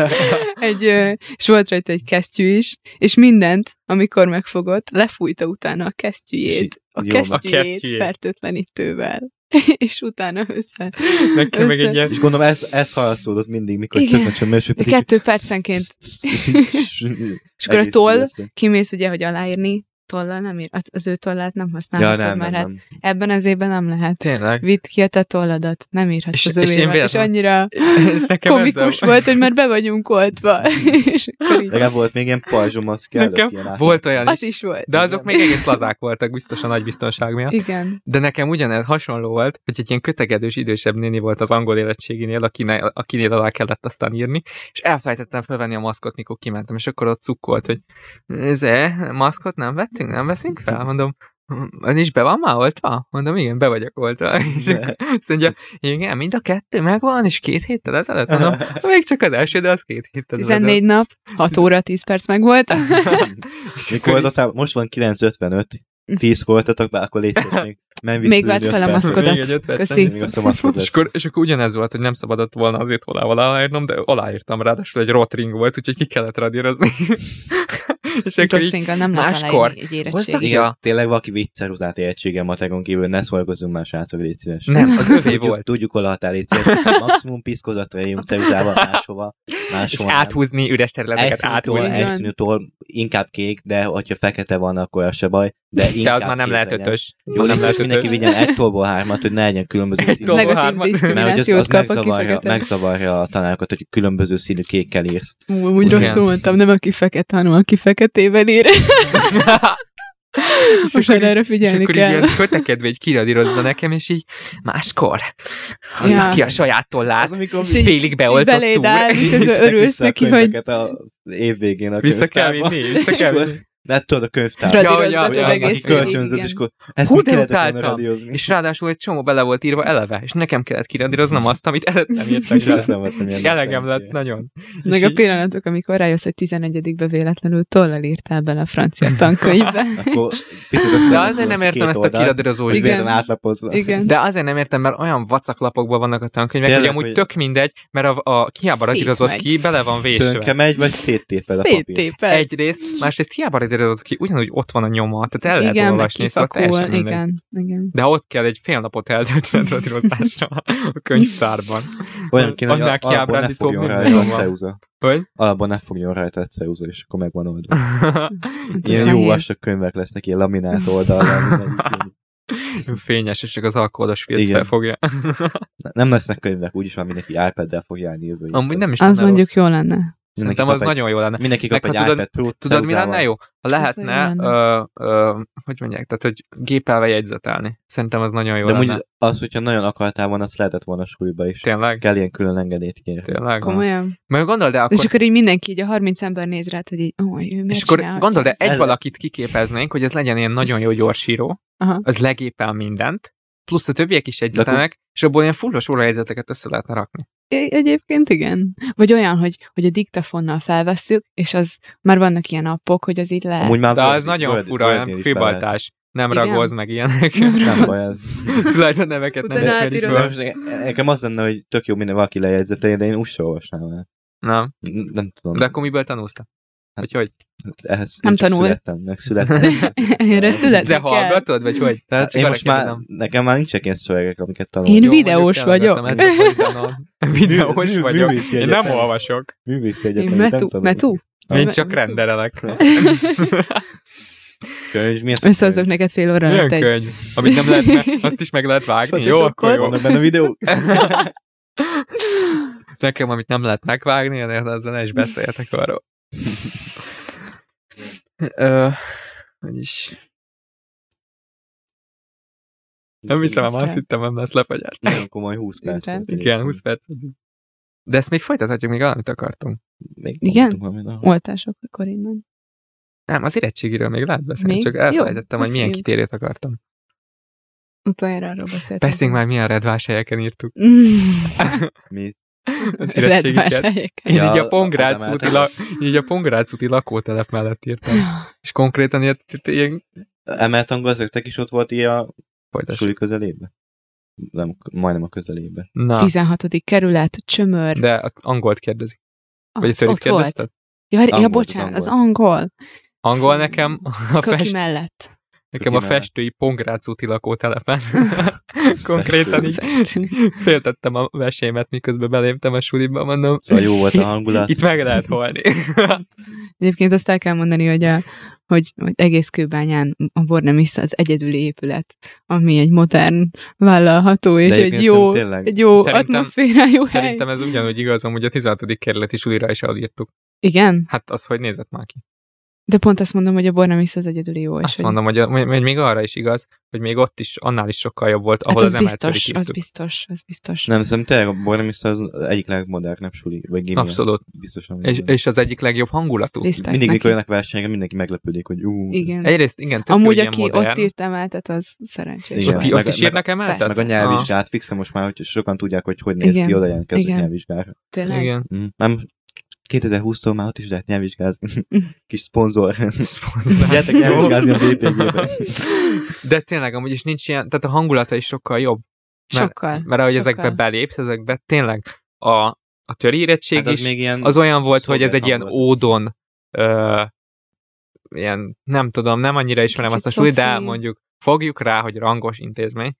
S2: egy, ö, és volt rajta egy kesztyű is, és mindent, amikor megfogott, lefújta utána a
S3: És
S2: kesztyűjét,
S3: így-
S2: a
S3: jó, a
S2: kesztyűjét,
S1: kesztyűjét.
S2: fertőtlenítővel, (laughs) és utána össze.
S1: Nekem meg egy ilyen
S3: (laughs) És gondolom ez, ez harcolódott mindig, mikor
S2: Igen.
S3: csökkent sem mérső,
S2: De
S3: pedig
S2: kettő percenként.
S3: (laughs) És így-
S2: És akkor a
S3: egész
S2: toll,
S3: időszak.
S2: kimész ugye, hogy aláírni, tollal nem ír, az- az ő tollát nem
S3: Ja,
S2: használhatod,
S3: nem,
S2: mert
S3: nem,
S2: hát
S3: nem.
S2: ebben az évben nem lehet. (laughs)
S1: Tényleg.
S2: Vidd ki a te tolladat, nem írhatsz
S1: És-
S2: az
S1: és én
S2: övével. És,
S1: véletlenül-
S2: annyira
S1: És nekem
S2: komikus
S1: ezzel-
S2: volt, hogy már be vagyunk oltva.
S1: (laughs)
S2: (laughs) és akkor így,
S3: Legalább volt még ilyen pajzsomaszkja
S1: Nekem
S3: előtt ilyen (laughs)
S1: Volt olyan
S2: az
S1: is,
S2: is volt.
S1: de azok
S3: Igen.
S1: még egész lazák voltak, biztos a nagy biztonság miatt.
S2: Igen.
S1: De nekem ugyanez hasonló volt, hogy egy ilyen kötegedős idősebb néni volt az angol érettséginél, akinél, akinél alá kellett aztán írni, és elfelejtettem felvenni a maszkot, mikor kimentem, és akkor ott cukkolt, hogy ez maszkot nem vettünk, nem veszünk fel? Mondom, ön is be van már oltva? Mondom, igen, be vagyok oltva. (laughs) És akkor azt mondja, igen, mind a kettő megvan, és két héttel ezelőtt? (laughs) Mondom, még csak az első, de az két héttel ezelőtt.
S2: 14 nap,
S3: (laughs)
S2: 6 óra, 10 perc meg volt.
S1: És
S3: Mikor
S1: akkor így-
S3: voltatok- most van 9.55, 10 voltatok be, akkor légy szíves, még nem vissza.
S2: Mm. Még vedd fel a maszkodat.
S1: Még egy öt perc,
S2: Köszi.
S3: Még azt a maszkot
S1: És
S3: lesz.
S1: akkor, és akkor ugyanez volt, hogy nem szabadott volna azért valahol aláírnom, de aláírtam, ráadásul egy rotring volt, úgyhogy ki kellett radírozni. (laughs) és akkor így,
S2: Rostringgal nem lehet
S1: máskor
S2: aláírni egy érettségét.
S1: hozzá-
S3: Igen,
S1: Ja.
S3: tényleg valaki viccer uzált értségem matekon kívül, ne szórakozzunk már, srácok, légy szíves.
S1: nem,
S2: (laughs)
S1: az övé
S3: Tudjuk-
S1: volt.
S3: Tudjuk, hol a határ, légy szíves. Maximum piszkozatra éljünk ceruzával máshova,
S1: És
S3: máshova nem.
S1: áthúzni, üres területeket
S3: Elszínűtól,
S1: áthúzni.
S2: Igen.
S3: elszínűtól, inkább kék, de hogyha fekete van, akkor az se baj. De,
S1: De
S3: inkább
S1: az már nem
S3: kék
S1: lehet
S3: legyen.
S1: ötös. Az
S3: Jó,
S1: már nem
S3: nem
S1: lehet
S3: lehet, mindenki
S1: ötös.
S3: vigyen egy tolból hármat, hogy ne legyen különböző
S1: Egy
S3: színű.
S1: tolból
S3: Mert
S1: hármat.
S2: Negatív
S3: hogy az, az
S2: diszkriminációt kap, aki
S3: megzavarja,
S2: fekete.
S3: megzavarja a tanárokat, hogy különböző színű kékkel írsz.
S2: Ú, Úgy
S1: Igen.
S2: rosszul mondtam, nem aki fekete, hanem aki feketével ír.
S1: És
S2: Most
S1: akkor
S2: már
S1: így-
S2: erre
S1: (laughs) és
S2: figyelni
S1: akkor
S2: kell.
S1: így kötekedve így kiradírozza nekem, és így máskor hozzá
S2: Ja.
S1: ki a saját tollát,
S3: amikor
S2: És így-
S1: (laughs) félig beoltott
S2: beléd
S3: (laughs)
S2: áll,
S1: túl.
S2: miközben- örülsz neki,
S3: A év végén
S1: (laughs)
S3: a
S1: Vissza kell
S3: könyvtárba.
S1: vinni, vissza kell
S3: És akkor-
S1: vinni.
S3: De tudod, a könyvtár.
S1: Ja,
S2: Radírozgatod
S1: ja, ja, ja,
S3: aki
S2: egész
S1: igen.
S2: végig,
S3: kölcsönzött, és
S2: igen.
S3: akkor ezt
S1: Hú,
S3: Hú,
S1: de
S3: kellett volna
S1: utáltam.
S3: radírozni.
S1: És ráadásul egy csomó bele volt írva eleve, és nekem kellett kiradíroznom azt, amit elet nem írtak
S3: és
S1: rá.
S3: ez nem volt
S1: (laughs) És
S3: ilyen
S1: elegem
S3: szerencsé.
S1: lett nagyon.
S2: Meg
S1: És
S2: a
S1: így-
S2: pillanatok, amikor rájössz, hogy 11-be véletlenül tollal írtál bele a francia
S1: (laughs)
S2: tankönyvbe.
S3: Akkor picit
S1: De azért nem értem ezt a kiradírozós
S3: hogy
S2: Igen.
S3: véletlen átlapozza.
S2: Igen.
S1: de azért nem értem, mert olyan vacaklapokban vannak a tankönyvek,
S3: Tényleg,
S1: hogy amúgy
S3: hogy-
S1: tök mindegy, mert a, a hiába
S2: Szétmegy.
S1: radírozott ki, bele van
S3: Tönke
S1: vésve.
S3: megy, vagy széttéped a papír.
S2: Széttéped.
S1: Egyrészt, másrészt hiába radírozott ki, ugyanúgy ott van a nyoma, tehát el lehet
S2: igen, meg
S1: olvasni, szóval
S2: kifakul,
S1: teljesen mindegy.
S2: igen, igen.
S1: De ott kell egy fél napot eltölteni radírozásra a könyvtárban.
S3: Olyan kéne, hogy
S1: Annál
S3: alapból ne
S1: kiábrándítóbb
S3: fogjon
S1: minden
S3: rajta a
S1: van.
S3: ceuza.
S1: Hogy?
S3: Alapból ne fogjon rajta a ceuza, és akkor megvan oldva.
S2: Hát ez
S3: Ilyen
S2: nehéz.
S3: jó vastag könyvek lesznek, ilyen laminált
S1: (laughs)
S3: oldalra.
S1: Fényes, és csak az alkoholos
S3: Igen.
S1: filc fogja.
S3: Nem lesznek könyvek, úgyis már mindenki iPad-del fog járni jövő
S1: Amúgy nem is
S2: Az
S1: lenne
S2: mondjuk
S1: rossz.
S2: jó lenne.
S1: Szerintem
S3: kap
S1: az
S3: egy-
S1: nagyon jó lenne.
S3: Mindenki kap
S1: Meg
S3: egy
S1: ha tudod-
S3: iPad Pro-t
S1: Tudod, mi lenne jó? Ha lehetne,
S2: olyan.
S1: ö, ö, hogy mondják, tehát, hogy gépelve jegyzetelni. Szerintem az nagyon jó
S3: De
S1: lenne.
S3: amúgy az, hogyha nagyon akartál volna, azt lehetett volna suliba is.
S1: Tényleg?
S3: Kell ilyen külön engedélyt kérni.
S1: Tényleg?
S3: Aha.
S2: Komolyan.
S1: Meg gondold el,
S2: És
S1: akkor,
S2: akkor így mindenki, így a 30 ember néz rád, hogy így, ó, ő miért
S1: és akkor
S2: csinálhatja
S1: gondold el,
S2: ezt?
S1: egy
S3: Ez-
S1: valakit kiképeznénk, hogy ez legyen ilyen nagyon jó gyorsíró,
S2: Aha.
S1: az legépel mindent, plusz a többiek is jegyzetelnek, és abból ilyen fullos órajegyzeteket össze lehetne rakni.
S2: É- E, Egyébként igen. Vagy olyan, hogy, hogy a diktafonnal felvesszük, és az már vannak ilyen appok, hogy az így le... (laughs)
S3: Amúgy már
S1: De
S3: Word-
S1: az nagyon
S3: Word-
S1: fura,
S3: Wordnél
S1: nem
S3: is be lehet.
S1: kribaltás. Nem
S2: Igen?
S1: ragoz meg
S2: (laughs)
S1: ilyenek.
S2: Nem
S3: Nem
S2: rossz.
S3: baj
S1: (laughs)
S3: ez.
S1: Tulajdonneveket nem
S2: Utána
S1: ismerik
S3: De
S1: föl.
S2: átírod.
S3: most ne- nekem az lenne, hogy tök jó minden valaki lejegyzeteli, de én úgy sem olvasnám el.
S1: Nem.
S3: N- Nem Hát- tudom.
S1: De akkor miből tanultál? Hogy hogy?
S3: ehhez
S2: Nem
S3: nem tanul.
S2: tanul.
S3: Születtem, meg születtem.
S2: Erre születni
S1: De
S2: kell.
S1: hallgatod, vagy hogy? Tehát
S3: Hát
S1: csak
S3: én
S1: arra
S3: most már,
S1: kérdezem.
S3: nekem már nincsenek ilyen szövegek, amiket tanulok.
S2: Én
S1: Jó, mondjuk
S2: videós
S1: tényleg,
S2: vagyok.
S1: mert nem metropolitanon.
S3: (laughs) Művész-
S1: Videós
S3: mű-
S1: vagyok.
S3: művészi
S1: Én nem
S3: egyetem.
S1: olvasok.
S3: Művészi
S2: Én
S3: egyetem,
S2: metú, metú.
S1: Én
S2: Me-
S1: csak
S2: metú.
S1: rendelelek.
S3: Könyv, mi az a
S2: Összehozok
S3: könyv?
S2: neked fél óra
S1: Milyen
S2: alatt egy.
S1: könyv? Amit nem lehet, me- azt is meg lehet vágni. Jó, akkor jó.
S3: Vannak benne
S2: (laughs)
S3: videó?
S1: Nekem, amit nem lehet megvágni, azért azzal ne is beszéljetek arról. Ö, Hogy is? Nem hiszem, ám azt hittem, nem lesz lefagyás.
S3: Nagyon komoly 20 perc.
S2: Igen.
S3: volt
S1: Igen,
S3: egyébként.
S1: 20 perc. De ezt még folytathatjuk, még valamit akartunk.
S3: Még
S2: Igen?
S3: mondtunk valamit, aha.
S2: Oltások akkor innen.
S1: Nem, az érettségiről még lehet beszélni,
S2: Még?
S1: csak
S2: Jó,
S1: elfelejtettem, hogy
S2: azt
S1: milyen
S2: írjuk.
S1: kitérőt akartam.
S2: Utoljára arról beszéltünk. Mm.
S1: Beszéljünk már, milyen redváshelyeken írtuk
S3: Mi?
S1: az érettségiket.
S2: Redvásályeken.
S1: Én
S3: Ja,
S1: így a
S3: a-
S1: Pongrác
S3: az
S1: úti, la,
S3: emeltet.
S1: így a Pongrác úti lakótelep mellett írtam. És konkrétan ilyet, ilyen
S3: Emelt angol, ezektek is ott volt így a
S1: folytassuk.
S3: suli közelébe? Nem, majdnem a közelébe.
S1: Na,
S2: 16. kerület, csömör.
S1: de a angolt kérdezi. Vagy a
S2: Az
S1: törőt
S2: Ah, ott volt.
S1: kérdezted?
S2: Ja, várj, ja
S3: Angol, az
S2: bocsánat, az angol.
S1: Angol nekem (laughs) a,
S2: Köki
S1: fest,
S2: mellett.
S1: nekem a
S3: Köki mellett.
S1: festői Pongrác úti
S2: (laughs)
S1: lakótelepen. konkrétan így
S2: Festői.
S1: féltettem a vesémet, miközben beléptem a suliba, mondom,
S3: Szóval jó volt a
S2: (laughs)
S3: hangulat.
S1: itt meg lehet holni.
S2: Egyébként azt el kell mondani, hogy, a, hogy, hogy egész kőbányán a Bornemisza az egyedüli épület, ami egy modern, vállalható és egy
S3: egyébként
S2: jó,
S3: szerintem tényleg-
S2: egy jó
S1: Szerintem-
S2: atmoszférájú hely.
S1: Szerintem ez ugyanúgy igaz, amúgy a 16. kerületi sulira is elírtuk.
S2: Igen,
S1: Hát az, hogy nézett már ki.
S2: de pont azt mondom, hogy a Bornemisza az egyedüli jó. és
S1: Azt
S2: hogy-
S1: mondom, hogy, a, hogy még arra is igaz, hogy még ott is, annál is sokkal jobb volt, ahol
S2: Hát az,
S1: az emeltőrit
S2: biztos, az
S1: írtuk.
S2: biztos, az biztos.
S3: Nem, szerintem tényleg a Bornemisza az egyik legmodernebb suli, vagy gimia.
S1: Abszolút.
S3: Biztosan.
S1: És, és az egyik legjobb hangulatú.
S2: Respect
S3: mindig,
S2: neki.
S3: mikor jönnek versenyre, mindenki meglepődik, hogy ú,
S2: Igen.
S1: Egyrészt igen, tök
S2: Amúgy
S1: jó,
S2: aki
S1: ilyen modern.
S2: ott írt emeltet, az szerencsés.
S3: Igen.
S1: ott,
S2: volt.
S1: í-
S3: Meg
S1: ott
S3: a-
S1: is írnak emeltet?
S2: Persze.
S3: Meg a nyelvvizsgát fixem most már, hogy sokan tudják, hogy hogy néz
S2: Igen.
S3: ki, oda jelentkezik
S2: Igen.
S3: nyelvvizsgára.
S1: Aha,
S2: Tényleg.
S3: (laughs)
S1: Igen.
S3: Mm. Nem, 2020-tól már ott is lehet nyelvvizsgázni.
S1: (laughs)
S3: Kis szponzor.
S1: Szponzorálás. (laughs)
S3: Gyertek nyelvvizsgázni a BPG-be.
S1: De tényleg, amúgy is nincs ilyen, tehát a hangulata is sokkal jobb.
S2: Sokkal.
S1: (laughs) Mert ahogy
S2: sokkal.
S1: ezekbe belépsz, ezekbe tényleg a, a töri érettség
S3: Hát
S1: hát
S3: az
S1: is,
S3: még ilyen...
S1: az olyan volt, hogy ez
S3: szolgált
S1: egy ilyen
S3: hangulat.
S1: ódon, ö, ilyen, nem tudom, nem annyira ismerem
S2: Kicsit
S1: azt a súlyt, de
S2: szociál.
S1: mondjuk fogjuk rá, hogy rangos intézmény.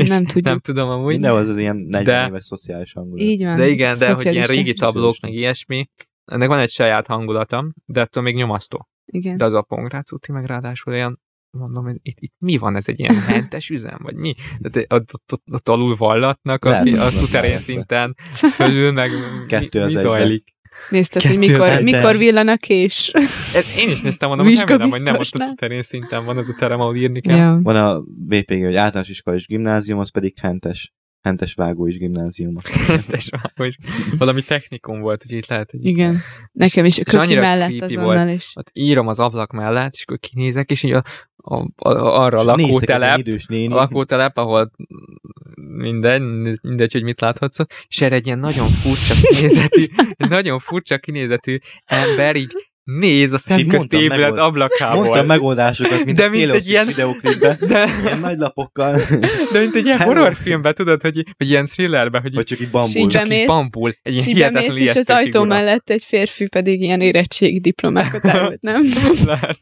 S1: (laughs) És
S2: nem tudjuk.
S1: Nem tudom amúgy.
S3: Mindenhol az az ilyen 40
S1: De-
S3: éves szociális hangulat.
S2: Így van.
S1: De igen, de hogy ilyen
S2: Szocialista.
S1: régi tablók,
S3: Szocialista.
S1: meg ilyesmi, ennek van egy saját hangulatom, de ettől még nyomasztó.
S2: Igen.
S1: De az a Pongrác úti, meg ráadásul ilyen, mondom, hogy itt, itt mi van, ez egy
S3: (laughs)
S1: ilyen hentes üzem, vagy mi? De ott, ott, ott, ott alul vallatnak, a,
S3: Lehet, hogy
S1: a
S3: ott
S1: szuterén
S3: mellette.
S1: szinten, fölül
S3: (laughs)
S1: meg mi, mi
S3: 2001-ben.
S1: zajlik.
S2: Nézted, hogy
S1: Kettő
S2: mikor,
S1: az
S2: mikor
S3: egyes.
S2: villan a kés.
S1: Ez, én is néztem, mondom, hogy
S2: Vizsga
S1: remélem, hogy nem ott a
S2: biztosnál.
S1: szuterén szinten van az a terem, ahol írni (laughs) kell.
S2: Ja.
S3: Van a BPG, hogy általános iskola és gimnázium, az pedig hentes. Hentes vágó és
S1: (laughs)
S3: gimnázium.
S1: És vágó is. valami technikum volt, hogy itt lehet, hogy itt-
S2: Igen. Nekem is a
S1: és
S2: köki
S1: annyira
S2: mellett
S1: creepy
S2: azonnal is.
S1: ott írom az ablak mellett, és akkor kinézek, és így a, a, a, arra a
S3: És néztek ezen
S1: lakótelep,
S3: idős néni.
S1: a lakótelep, ahol mindegy, mindegy, hogy mit láthatsz, és erre egy ilyen nagyon furcsa kinézetű, egy nagyon furcsa kinézetű ember így néz a
S3: így
S1: szemközti
S3: mondtam,
S1: épület
S3: megold- Mondtam
S1: ablakából.
S3: megoldásokat, mint
S1: De
S3: a
S1: mint
S3: Taylor
S1: egy
S3: Swift
S1: ilyen-
S3: videóklipben.
S1: De,
S3: Ilyen nagy
S1: (laughs)
S3: lapokkal.
S1: de mint egy ilyen
S3: Hello.
S1: horrorfilmben, tudod, hogy, hogy ilyen thrillerben, hogy
S3: Vagy csak így bambul.
S2: Sincs
S1: csak így
S2: Bemész,
S1: bambul, egy ilyen
S2: És így bemész,
S1: hihetetlen
S2: és az
S1: ijesztő
S2: ajtó
S1: figura.
S2: mellett egy férfi pedig ilyen érettségi diplomákat elvett, nem?
S1: (laughs) Lehet.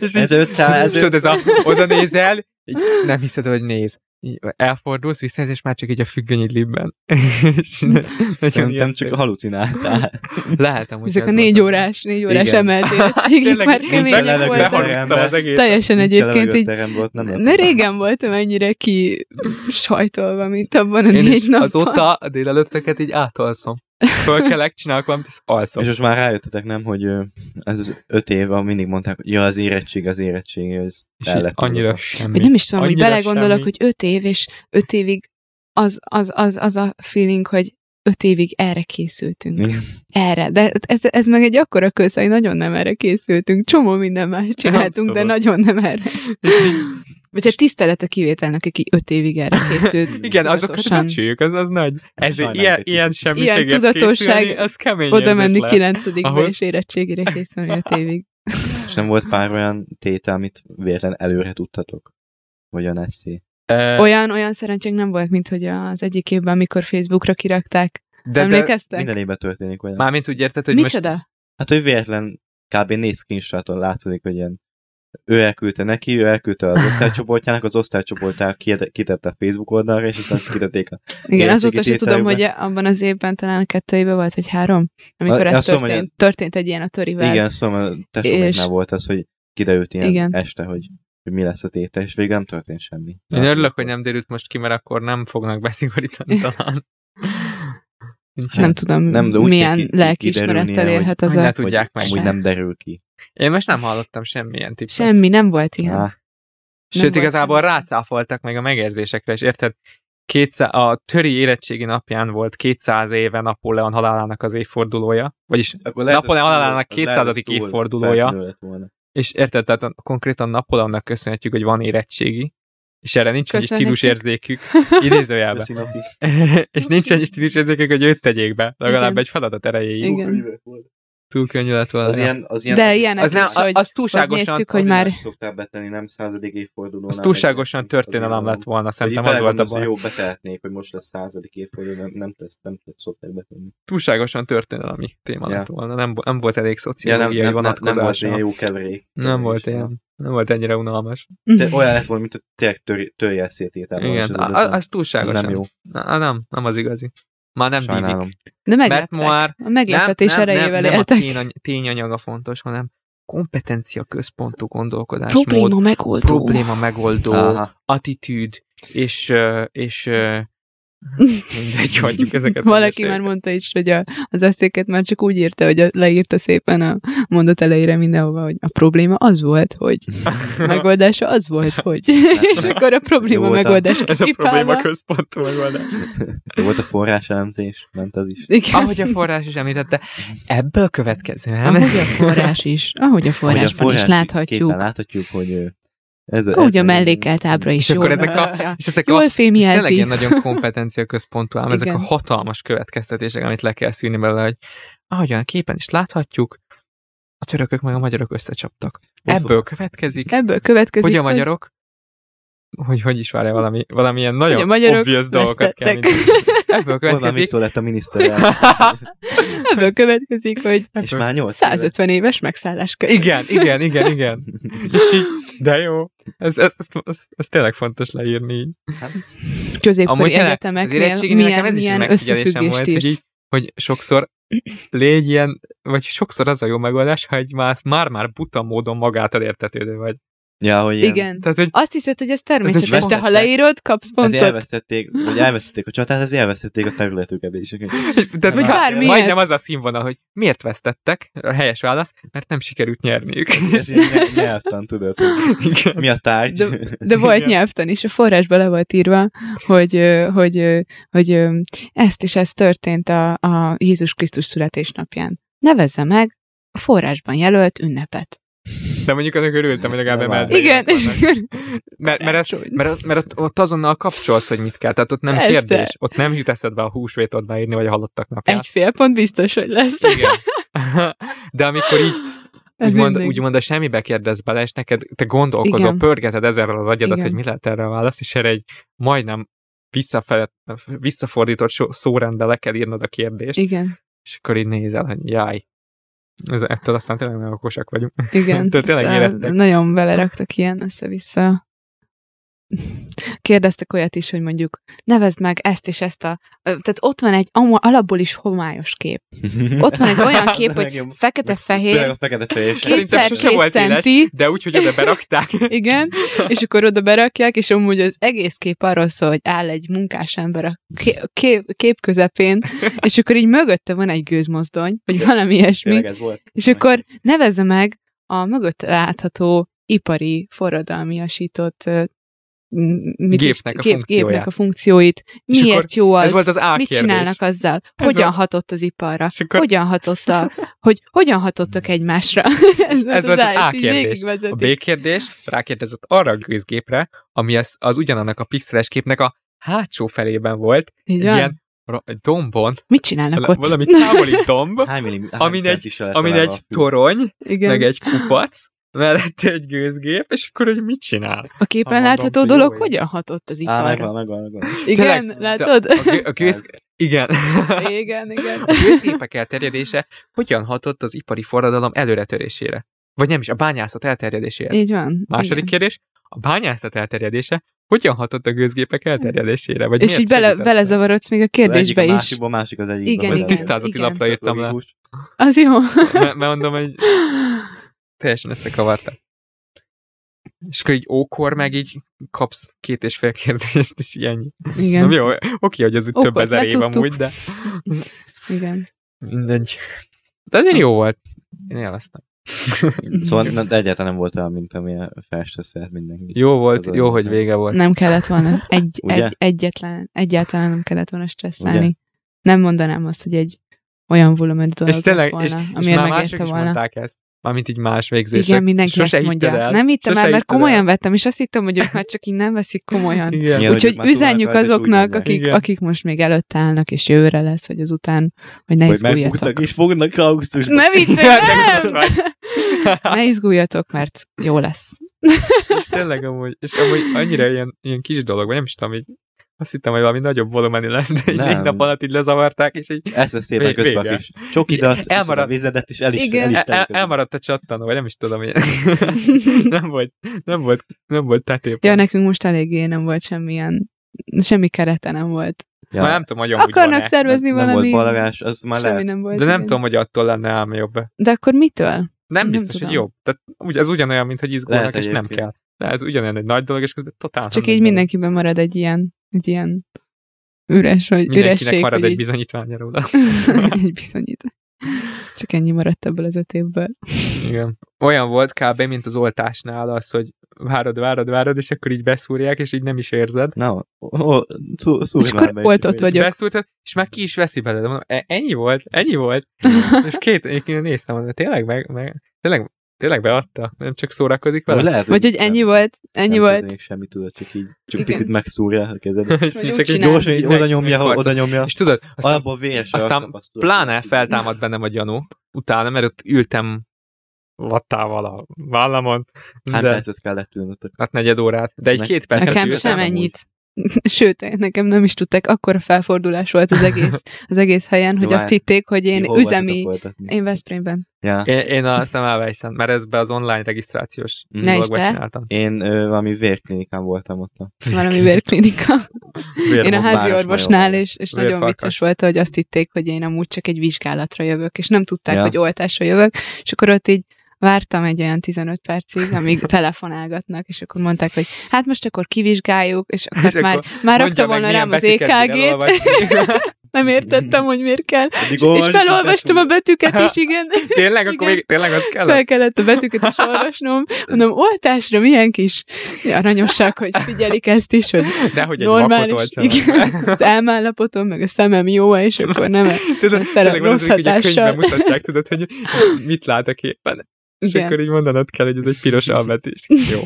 S1: És így, (laughs)
S3: Ez 500,
S1: ez
S3: ez
S1: tudod, ez a, oda nézel, így nem hiszed, hogy néz. Így elfordulsz, visszanéz, és már csak így a függöny így libben. (laughs) És ne- nagyon
S3: Szerintem
S1: ijesztő.
S3: csak halucináltál.
S1: Lehet amúgy.
S2: Ezek a
S1: ez
S2: négy
S1: volt.
S2: órás, négy órás
S3: Igen.
S1: (laughs)
S2: emelt érettségik
S1: Hát Tényleg
S2: már
S1: nincs
S3: eleve
S2: kemények
S3: benne.
S2: voltak.
S1: Beharagoztam az egészet.
S2: Teljesen
S3: Nincs
S2: egyébként
S3: levegő
S2: így
S3: terem volt, nem
S2: ne régen voltam ennyire ki sajtolva, mint abban a
S1: Én
S2: négy
S1: is
S2: napban.
S1: azóta a délelőttöket így átalszom. fölkelek, csinálok valamit, és alszom.
S3: És most már rájöttetek, nem, hogy ö, ez az öt év, ahol mindig mondták, hogy ja, az érettség, az érettség, ez
S1: És
S3: el
S1: így
S3: lett
S1: annyira
S3: igazad.
S1: semmi.
S2: Vagy nem is tudom, hogy
S1: Annyira
S2: belegondolok,
S1: semmi.
S2: hogy öt év, és öt évig az, az, az, az a feeling, hogy öt évig erre készültünk.
S1: Mm.
S3: Igen.
S2: Erre. De ez, ez meg egy akkora köz, hogy nagyon nem erre készültünk. Csomó minden más csináltunk,
S1: Abszolút.
S2: de nagyon nem
S1: (laughs)
S2: erre. Vagy egy tisztelet a kivételnek, aki öt évig erre készült.
S1: (laughs) Igen, azokat
S2: tudatosan.
S1: becsüljük, az, az nagy. Ez
S3: Sajnáljuk
S1: ilyen,
S3: egy
S1: ilyen
S3: kicsit.
S1: semmiséget
S2: Ilyen tudatosság,
S1: készülni, az kemény
S2: Oda
S1: érzés
S2: menni
S1: lehet.
S2: kilencedikbe,
S1: Ahhoz-
S2: és érettségére készülni öt
S1: (laughs)
S2: évig.
S3: És nem volt pár olyan tétel, amit véletlen előre tudtatok? Vagy a Nessi.
S1: Ö,
S2: Olyan, olyan szerencsénk nem volt, mint hogy az egyik évben, amikor Facebookra kirakták.
S1: De, de
S2: Emlékeztek?
S3: Minden évben történik olyan.
S1: mármint úgy érted, hogy most
S2: Micsoda?
S3: Hát, hogy véletlen kb. négy screenshoton látszik, hogy ilyen ő elküldte neki, ő
S2: (laughs)
S3: elküldte az osztálycsoportjának, az osztálycsoportjának kiad- kitette a Facebook oldalra, és aztán ezt kitették a...
S2: Igen,
S3: Érettségi
S2: azóta se tudom, hogy
S3: tételben.
S2: abban az évben talán a kettő évben volt, vagy három, amikor
S3: A-
S2: ez
S3: azt mondom,
S2: történt, történt egy ilyen a törivel.
S3: Igen, szóval a tesóméknál
S2: És-
S3: volt az, hogy kiderült ilyen
S2: Igen.
S3: este, hogy, hogy mi lesz a tétel, és végül nem történt semmi.
S1: Én örülök, hogy nem derült most ki, mert akkor nem fognak
S2: (laughs)
S1: beszigorítani talán.
S2: Nem tudom,
S3: Hát, nem, de úgy
S2: milyen
S3: kell ki-
S2: lelkiismerettel
S3: kiderülnie,
S2: élhet az
S1: hogy ne
S2: a...
S1: tudja. tudják meg.
S3: Amúgy nem derül ki.
S1: Én most nem hallottam semmilyen tippet.
S2: Semmi, nem volt ilyen.
S3: Á,
S2: Nem
S1: Sőt,
S2: volt
S1: igazából
S2: semmi.
S1: rácáfoltak meg a megérzésekre, és érted, 200, a töri érettségi napján volt 200 éve Napóleon halálának az évfordulója, vagyis,
S3: akkor lehet,
S1: Napóleon
S3: az túl-
S1: halálának
S3: az lehet, az
S1: 200.
S3: túl
S1: évfordulója.
S3: feltűnő lett volna.
S1: és érted, tehát a- konkrétan Napóleonnak köszönhetjük, hogy van érettségi, és erre nincs egy
S2: Köszönhetjük. (laughs)
S1: stílusérzékük, idézőjelben,
S3: Köszi napi.
S1: (laughs) és nincs egy stílusérzékük, hogy őt tegyék be, legalább
S2: Igen.
S1: egy feladat erejéig.
S2: Igen.
S1: Túl könnyű lett volna.
S3: Az ilyen, az ilyen
S2: De ilyenek
S1: az, nem,
S2: is, hogy
S1: az túlságosan,
S2: néztük, hogy már-
S3: szoktál betenni, nem századik évforduló.
S1: az túlságosan történelem lett volna, szerintem az volt a baj.
S3: Jó, betehetnék, hogy most lesz századik évforduló, nem, nem tesz, nem tesz szokták betenni.
S1: túlságosan történelmi téma
S3: Ja.
S1: lett volna. Nem, nem volt elég
S3: Ja, nem,
S1: szociológiai
S3: nem, nem, nem volt
S1: vonatkozása.
S3: ilyen jó keverék.
S1: nem volt ilyen. Nem volt ennyire unalmas.
S2: Mm.
S3: Te, olyan lett volna, mint a tényleg törjel szététel.
S1: Mhm. Igen,
S3: az,
S1: az, az, az
S3: ez
S1: túlságosan.
S3: nem jó.
S1: Na, nem, nem az igazi. Már nem
S3: Sajnálom.
S1: dívik.
S2: De
S1: Mert
S2: megleptek.
S1: már
S2: A
S1: nem,
S2: meglepetés
S1: nem, nem,
S2: erejével
S1: nem a
S2: éltek.
S1: tényany- tényanyaga fontos, hanem kompetencia központú gondolkodásmód,
S2: Probléma megoldó.
S1: probléma megoldó,
S3: Aha.
S1: attitűd, és, ö, és
S2: (laughs)
S1: ö, mindegy, hagyjuk ezeket.
S2: Valaki már
S1: mindegy.
S2: mondta is, hogy a, az eszéket már csak úgy írta, hogy a, leírta szépen a mondat elejére mindenhova, hogy a probléma az volt,
S1: (laughs)
S2: hogy megoldása az volt, hogy. (laughs) és akkor a probléma
S3: Jó volt a-
S2: megoldás
S1: Ez a probléma
S2: kipipálva.
S1: központú megoldás.
S3: Jó volt a forrás elemzés, ment az is.
S2: Igen.
S1: ahogy a forrás is említette, ebből következően
S2: Ahogy a forrás is, ahogy a
S3: Hogy
S2: forrásban is
S3: képen
S2: láthatjuk,
S3: láthatjuk, hogy ö, ez
S2: ahogy a mellékelt ábra is
S1: És akkor
S2: jól
S1: ezek a-
S2: mutatja.
S1: és ezek a
S2: Jól
S1: és tényleg
S2: fémjelzi.
S1: ilyen nagyon kompetencia központú, ám ezek a
S2: Igen.
S1: hatalmas következtetések, amit le kell szűrni belőle, hogy ahogyan a képen is láthatjuk, a törökök meg a magyarok összecsaptak. Ebből következik,
S2: Ebből következik,
S1: hogy a magyarok, hogy hogy is várja valami, valamilyen nagyon
S2: a magyarok
S1: obvious dolgokat kell
S2: vesztettek.
S1: mindig- Ebből
S3: Orbán
S1: következik, (laughs)
S3: Viktor lett a miniszter.
S2: hogy, ebből következik, hogy
S1: Hát
S3: És már 8
S2: 150 éves megszállás kell.
S1: igen, igen, igen, igen.
S3: (laughs)
S1: És így, de jó. Ez, ez, ez, ez, ez tényleg fontos leírni így.
S3: Hát,
S1: Amúgy
S2: középkori
S1: tényleg, Az
S2: egyetemeknél
S1: érettségnél
S2: milyen,
S1: nekem ez is egy
S2: milyen
S1: megfigyelésem
S2: összefüggést
S1: volt, hogy, így,
S2: írsz.
S1: hogy sokszor légy ilyen, vagy sokszor az a jó megoldás, ha egy más, már-már buta módon magától értetődő vagy.
S3: ja, hogy ilyen,
S2: Igen.
S1: Tehát, hogy
S2: Azt hiszed, hogy ez
S1: Ez
S2: természetes,
S1: egy
S2: de ha leírod, kapsz
S3: ezért
S2: pontot.
S3: elvesztették, vagy elvesztették a csatát, ezért elvesztették a területüket is.
S1: tehát,
S3: Vagy
S1: hogyha
S2: bármilyet.
S1: majdnem az a színvonal, hogy miért vesztettek, a helyes válasz, mert nem sikerült nyerniük.
S3: Ez ilyen nyel- nyelvtan, tudod, hogy
S1: Igen.
S3: mi a tárgy.
S2: De- De volt
S1: Igen.
S2: nyelvtan is, a forrásban le volt írva, hogy, ö, hogy, ö, hogy ö, ezt és ez történt a, a Jézus Krisztus születésnapján. Nevezze meg a forrásban jelölt ünnepet.
S1: De mondjuk annak örültem, hogy legalább
S3: Nem
S1: emelve.
S3: áll.
S2: Igen, és
S1: Mert, mert, ez- mert, mert ott, ott, azonnal kapcsolsz, hogy mit kell. Tehát ott nem
S2: Persze.
S1: kérdés. Ott nem jut eszedbe a húsvétot beírni, vagy a halottak napját.
S2: egy fél pont biztos, hogy lesz.
S1: Igen. (laughs) De amikor így
S2: Ez
S1: úgymond,
S2: mindig.
S1: úgymond a semmibe kérdez bele, és neked te gondolkozol,
S2: Igen.
S1: pörgeted ezerrel az agyadat,
S2: Igen.
S1: hogy mi lehet erre a válasz, és erre egy majdnem visszafele, visszafordított so- szórendbe le kell írnod a kérdést,
S2: Igen,
S1: és akkor így nézel, hogy jaj, ez, ettől aztán tényleg nagyon okosak vagyunk.
S2: igen. Szóval
S1: Tényleg
S2: Ez,
S1: élettek.
S2: Nagyon beleraktak ilyen össze-vissza kérdeztek olyat is, hogy mondjuk nevezd meg ezt és ezt a... Tehát ott van egy ama- alapból is homályos kép. Ott van egy olyan kép, hogy
S3: Főleg a
S2: fekete-fehér,
S3: fekete-fehér.
S2: Kétszer Két-
S1: Szerintem sose
S2: két
S1: volt éles,
S2: centi.
S1: de úgy, hogy oda berakták.
S2: (laughs) igen, és akkor oda berakják, és amúgy az egész kép arról szól, hogy áll egy munkás ember a kép, kép, kép közepén, és akkor így mögötte van egy gőzmozdony, vagy valami ilyesmi,
S3: Tényleg ez volt.
S2: és akkor nevezze meg a mögött látható ipari forradalmiasított ö, m- mit is-
S1: Gépnek a funkcióját.
S2: gépnek a funkcióit.
S1: És akkor
S2: Miért jó
S1: Ez
S2: az?
S1: volt az A
S2: Mit
S1: kérdés.
S2: csinálnak azzal?
S1: Ez
S2: Hogyan
S1: volt-
S2: hatott az iparra?
S1: És akkor
S2: Hogyan
S1: (laughs)
S2: hatott a, hogy hogyan hatottak egymásra? (laughs) Ez,
S1: Ez volt az
S2: A,
S1: A
S2: és így
S1: kérdés.
S2: végigvezetik.
S1: A B kérdés rákérdezett arra a gőzgépre, ami az, az ugyanannak a pixeles képnek a hátsó felében volt,
S2: Így
S1: egy
S2: van.
S1: ilyen ra- dombon,
S2: Mit csinálnak
S1: le-
S2: ott?
S1: (laughs) valami távoli domb,
S3: Hány millim, hány
S1: Amin egy-
S3: centissel lett
S1: amin
S3: Hát, találva
S1: egy
S3: a fű?
S1: torony,
S2: Igen.
S1: meg egy kupac, mellette egy gőzgép, és akkor hogy mit csinál?
S2: A képen
S1: Amandom
S2: látható
S1: Priori.
S2: dolog hogyan hatott az
S3: Á,
S2: iparra?
S3: megvan, megvan, megvan.
S2: igen,
S1: Tényleg, de-
S2: látod?
S1: A, gő, a gőz... Igen.
S2: (laughs) igen,
S1: (laughs)
S2: igen.
S1: A gőzgépek elterjedése hogyan hatott az ipari forradalom előretörésére? Vagy nem is, a bányászat elterjedéséhez.
S2: Így van.
S1: Második
S2: igen.
S1: kérdés, a bányászat elterjedése hogyan hatott a gőzgépek elterjedésére? Vagy
S2: És
S1: miért
S2: így bele,
S1: segítette?
S2: belezavarodsz még a
S3: Egyik a
S2: kérdésbe is.
S3: másikból, másik az egyik.
S2: Igen,
S1: Ezt
S2: igen.
S1: tisztázati
S2: igen.
S1: lapra írtam le.
S2: Az
S1: (laughs)
S2: jó.
S1: Mert mondom, hogy teljesen összekavartam. És akkor így ókor meg így kapsz két és fél kérdést, és ilyen.
S2: igen,
S1: Nem jó, oké, hogy ez úgy több
S2: Ókort
S1: ezer év
S2: letudtuk.
S1: amúgy, de
S2: igen.
S1: mindegy. De azért jó volt. Én élveztem.
S3: Szóval na, de egyáltalán nem volt olyan, mint amilyen felső szert mindenki.
S1: Jó volt,
S3: Ez
S1: jó,
S3: olyan.
S1: hogy vége volt.
S2: Nem kellett volna. Egy,
S3: (laughs) Ugye?
S2: egy, egyetlen, egyáltalán nem kellett volna stresszálni.
S3: Ugye?
S2: Nem mondanám azt, hogy egy olyan volumenű dolog
S1: és tényleg,
S2: lett
S1: és,
S2: volna,
S1: és
S2: amiért
S1: már mások
S2: megérte
S1: is
S2: volna.
S1: mondták ezt. Mármint így más végzések.
S2: Igen, mindenki
S1: Sose
S2: ezt
S1: hitted
S2: mondja.
S1: El.
S2: Nem hittem
S1: Sose
S2: el, mert
S1: hitted
S2: komolyan
S1: el.
S2: vettem, és azt hittem, hogy ők már csak így nem veszik komolyan.
S1: Igen.
S3: Igen.
S2: Úgyhogy
S3: már tudnak
S2: üzenjük
S3: rajta, és úgy
S2: azoknak,
S3: mondják.
S2: akik,
S1: Igen.
S2: akik most még előtt állnak, és jövőre lesz, vagy azután, hogy ne
S3: Hogy
S2: izguljatok.
S3: megbuktak és fognak augusztusban.
S2: Ne
S1: (laughs)
S2: viccelj,
S1: Ja, de
S2: nem!
S1: gonosz Hát, vagy.
S2: Ne izguljatok, mert jó lesz.
S1: És tényleg amúgy, és amúgy annyira ilyen, ilyen kis dolog, vagy nem is tudom, így azt hittem, hogy valami nagyobb volumenű lesz, de így
S3: Nem.
S1: négy nap alatt így lezavarták, és így
S3: Ezt lesz szépen
S1: Vé-
S3: közben
S1: vége.
S3: a kis csokidat,
S1: Igen,
S3: elmarad... a
S1: elmarad-
S3: vizedet, és el is,
S2: Igen.
S3: el is
S1: el, el,
S3: telik.
S1: elmaradt a csattanó, vagy nem is tudom,
S2: (laughs)
S1: hogy nem volt, nem volt, nem volt tetép.
S2: Ja, nekünk most eléggé nem volt semmilyen, semmi kerete nem volt.
S1: Már nem tudom, hogy amúgy
S2: Akarnak
S1: van-e.
S2: szervezni
S3: nem
S2: valami...
S3: volt balagás, az már
S2: semmi
S3: lehet.
S2: nem volt.
S1: De nem
S2: igen.
S1: tudom, hogy attól lenne ám jobb.
S2: De akkor mitől?
S1: Nem
S2: Nem
S1: biztos, hogy
S2: tudom.
S1: jobb. Tehát úgy, ez ugyanolyan, mint hogy izgulnak,
S3: Lehet
S1: és nem
S3: egyébként.
S1: kell. De ez ugyanolyan egy nagy dolog, és közben totál.
S2: Csak
S1: nem
S2: így
S1: nagy
S2: mindenkiben marad egy ilyen, egy ilyen üres, vagy
S1: dolog. Mindenkinek
S2: üresség.
S1: marad
S2: hogy
S1: egy
S2: így-
S1: bizonyítványa
S2: (laughs)
S1: róla.
S2: egy bizonyít. Csak ennyi maradt ebből az öt évből.
S1: Igen. Olyan volt kb. mint az oltásnál az, hogy várod, várod, várod, és akkor így beszúrják, és így nem is érzed.
S3: Na, ó, ó, szú- szúrj
S2: És
S3: már
S2: akkor
S3: be,
S2: volt ott
S3: és-
S2: vagy.
S1: És
S2: Vagyok.
S1: beszúrtad, és már ki is veszi belőle. Mondom, "E- ennyi volt, ennyi
S2: (laughs)
S1: volt. És két, én néztem, mondom, tényleg, meg, meg, tényleg, tényleg beadta, nem csak szórakozik
S3: Vagy
S1: vele.
S3: Lehet,
S2: Vagy hogy ennyi
S3: nem-
S2: volt, ennyi
S3: nem
S2: volt.
S3: történik semmi tudod, csak így csak
S2: Igen.
S3: picit megszúrja a
S1: (laughs)
S3: kezed.
S1: És
S2: Vagy
S1: így
S2: úgy
S1: csak így
S2: csinál.
S1: gyorsan
S3: Gyorsan így
S1: így
S3: oda
S1: meg-
S3: nyomja,
S1: megfarcol.
S3: oda nyomja.
S1: És tudod, aztán
S3: Alapból véres.
S1: aztán pláne feltámad bennem a gyanú, utána, mert ott ültem vattával a vállamon,
S3: Hány
S1: de
S3: percet Hát kellett ülnötök?
S1: hát negyed órát, de egy
S3: Meg-
S1: két percet
S2: Nekem
S1: ültem.
S2: sem
S3: amúgy.
S2: ennyit. (laughs) Sőt, nekem nem is tudták, akkor felfordulás volt az egész,
S1: (laughs)
S2: az egész helyen, hogy
S3: Jó,
S2: azt
S3: hát
S2: hitték, hogy én
S3: Ti hol
S2: üzemi...
S3: voltatok folytatni?
S1: (laughs)
S2: Én Veszprémben.
S3: Ja.
S1: Én, én a Szemelvejszen, mert ezbe az online regisztrációs
S3: Mhm.
S2: Ne is
S1: dologba
S2: te.
S1: csináltam.
S3: Én ö, valami vérklinikán voltam ott. a-
S2: Valami
S1: (laughs)
S2: vérklinika. Én a
S1: Vérmond.
S3: Vérmond
S2: házi
S3: város
S2: orvosnál,
S3: majom.
S2: és, és
S1: Vérfarkas.
S2: nagyon vicces volt, hogy azt hitték, hogy én amúgy csak egy vizsgálatra jövök, és nem tudták,
S3: Ja.
S2: hogy oltásra jövök, és akkor ott így vártam egy olyan 15 percig,
S1: (laughs)
S2: amíg telefonálgatnak, és akkor mondták, hogy hát most akkor kivizsgáljuk, és akkor,
S1: (laughs) És
S2: és már,
S1: akkor
S2: már
S1: Mondja
S2: rakta
S1: meg,
S2: volna
S1: milyen
S2: rám az
S1: betűket kéne
S2: EKG-t, (laughs)
S1: olvasni.
S2: nem értettem, hogy miért kell,
S3: Addig
S2: és, és
S3: olvasd,
S2: felolvastam a
S3: aztán-
S2: betűket is, igen,
S1: Tényleg, akkor
S2: Igen.
S1: még, tényleg az (laughs) kellett?
S2: fel kellett a betűket is olvasnom, mondom, oltásra milyen kis aranyosak, hogy figyelik ezt is, hogy
S1: De hogy egy vakot
S2: normális, igen,
S1: oltsanak.
S2: az elmállapotom, meg a szemem jó, és akkor nem
S1: (laughs)
S2: e-
S1: Tudod,
S2: Szere-
S1: tényleg van az,
S2: rossz
S1: hogy a könyvben
S2: hatással.
S1: mutatják, tudod, hogy mit lát a képen. És
S2: Igen,
S1: akkor így mondanod kell, hogy ez egy piros albetűs. Jó.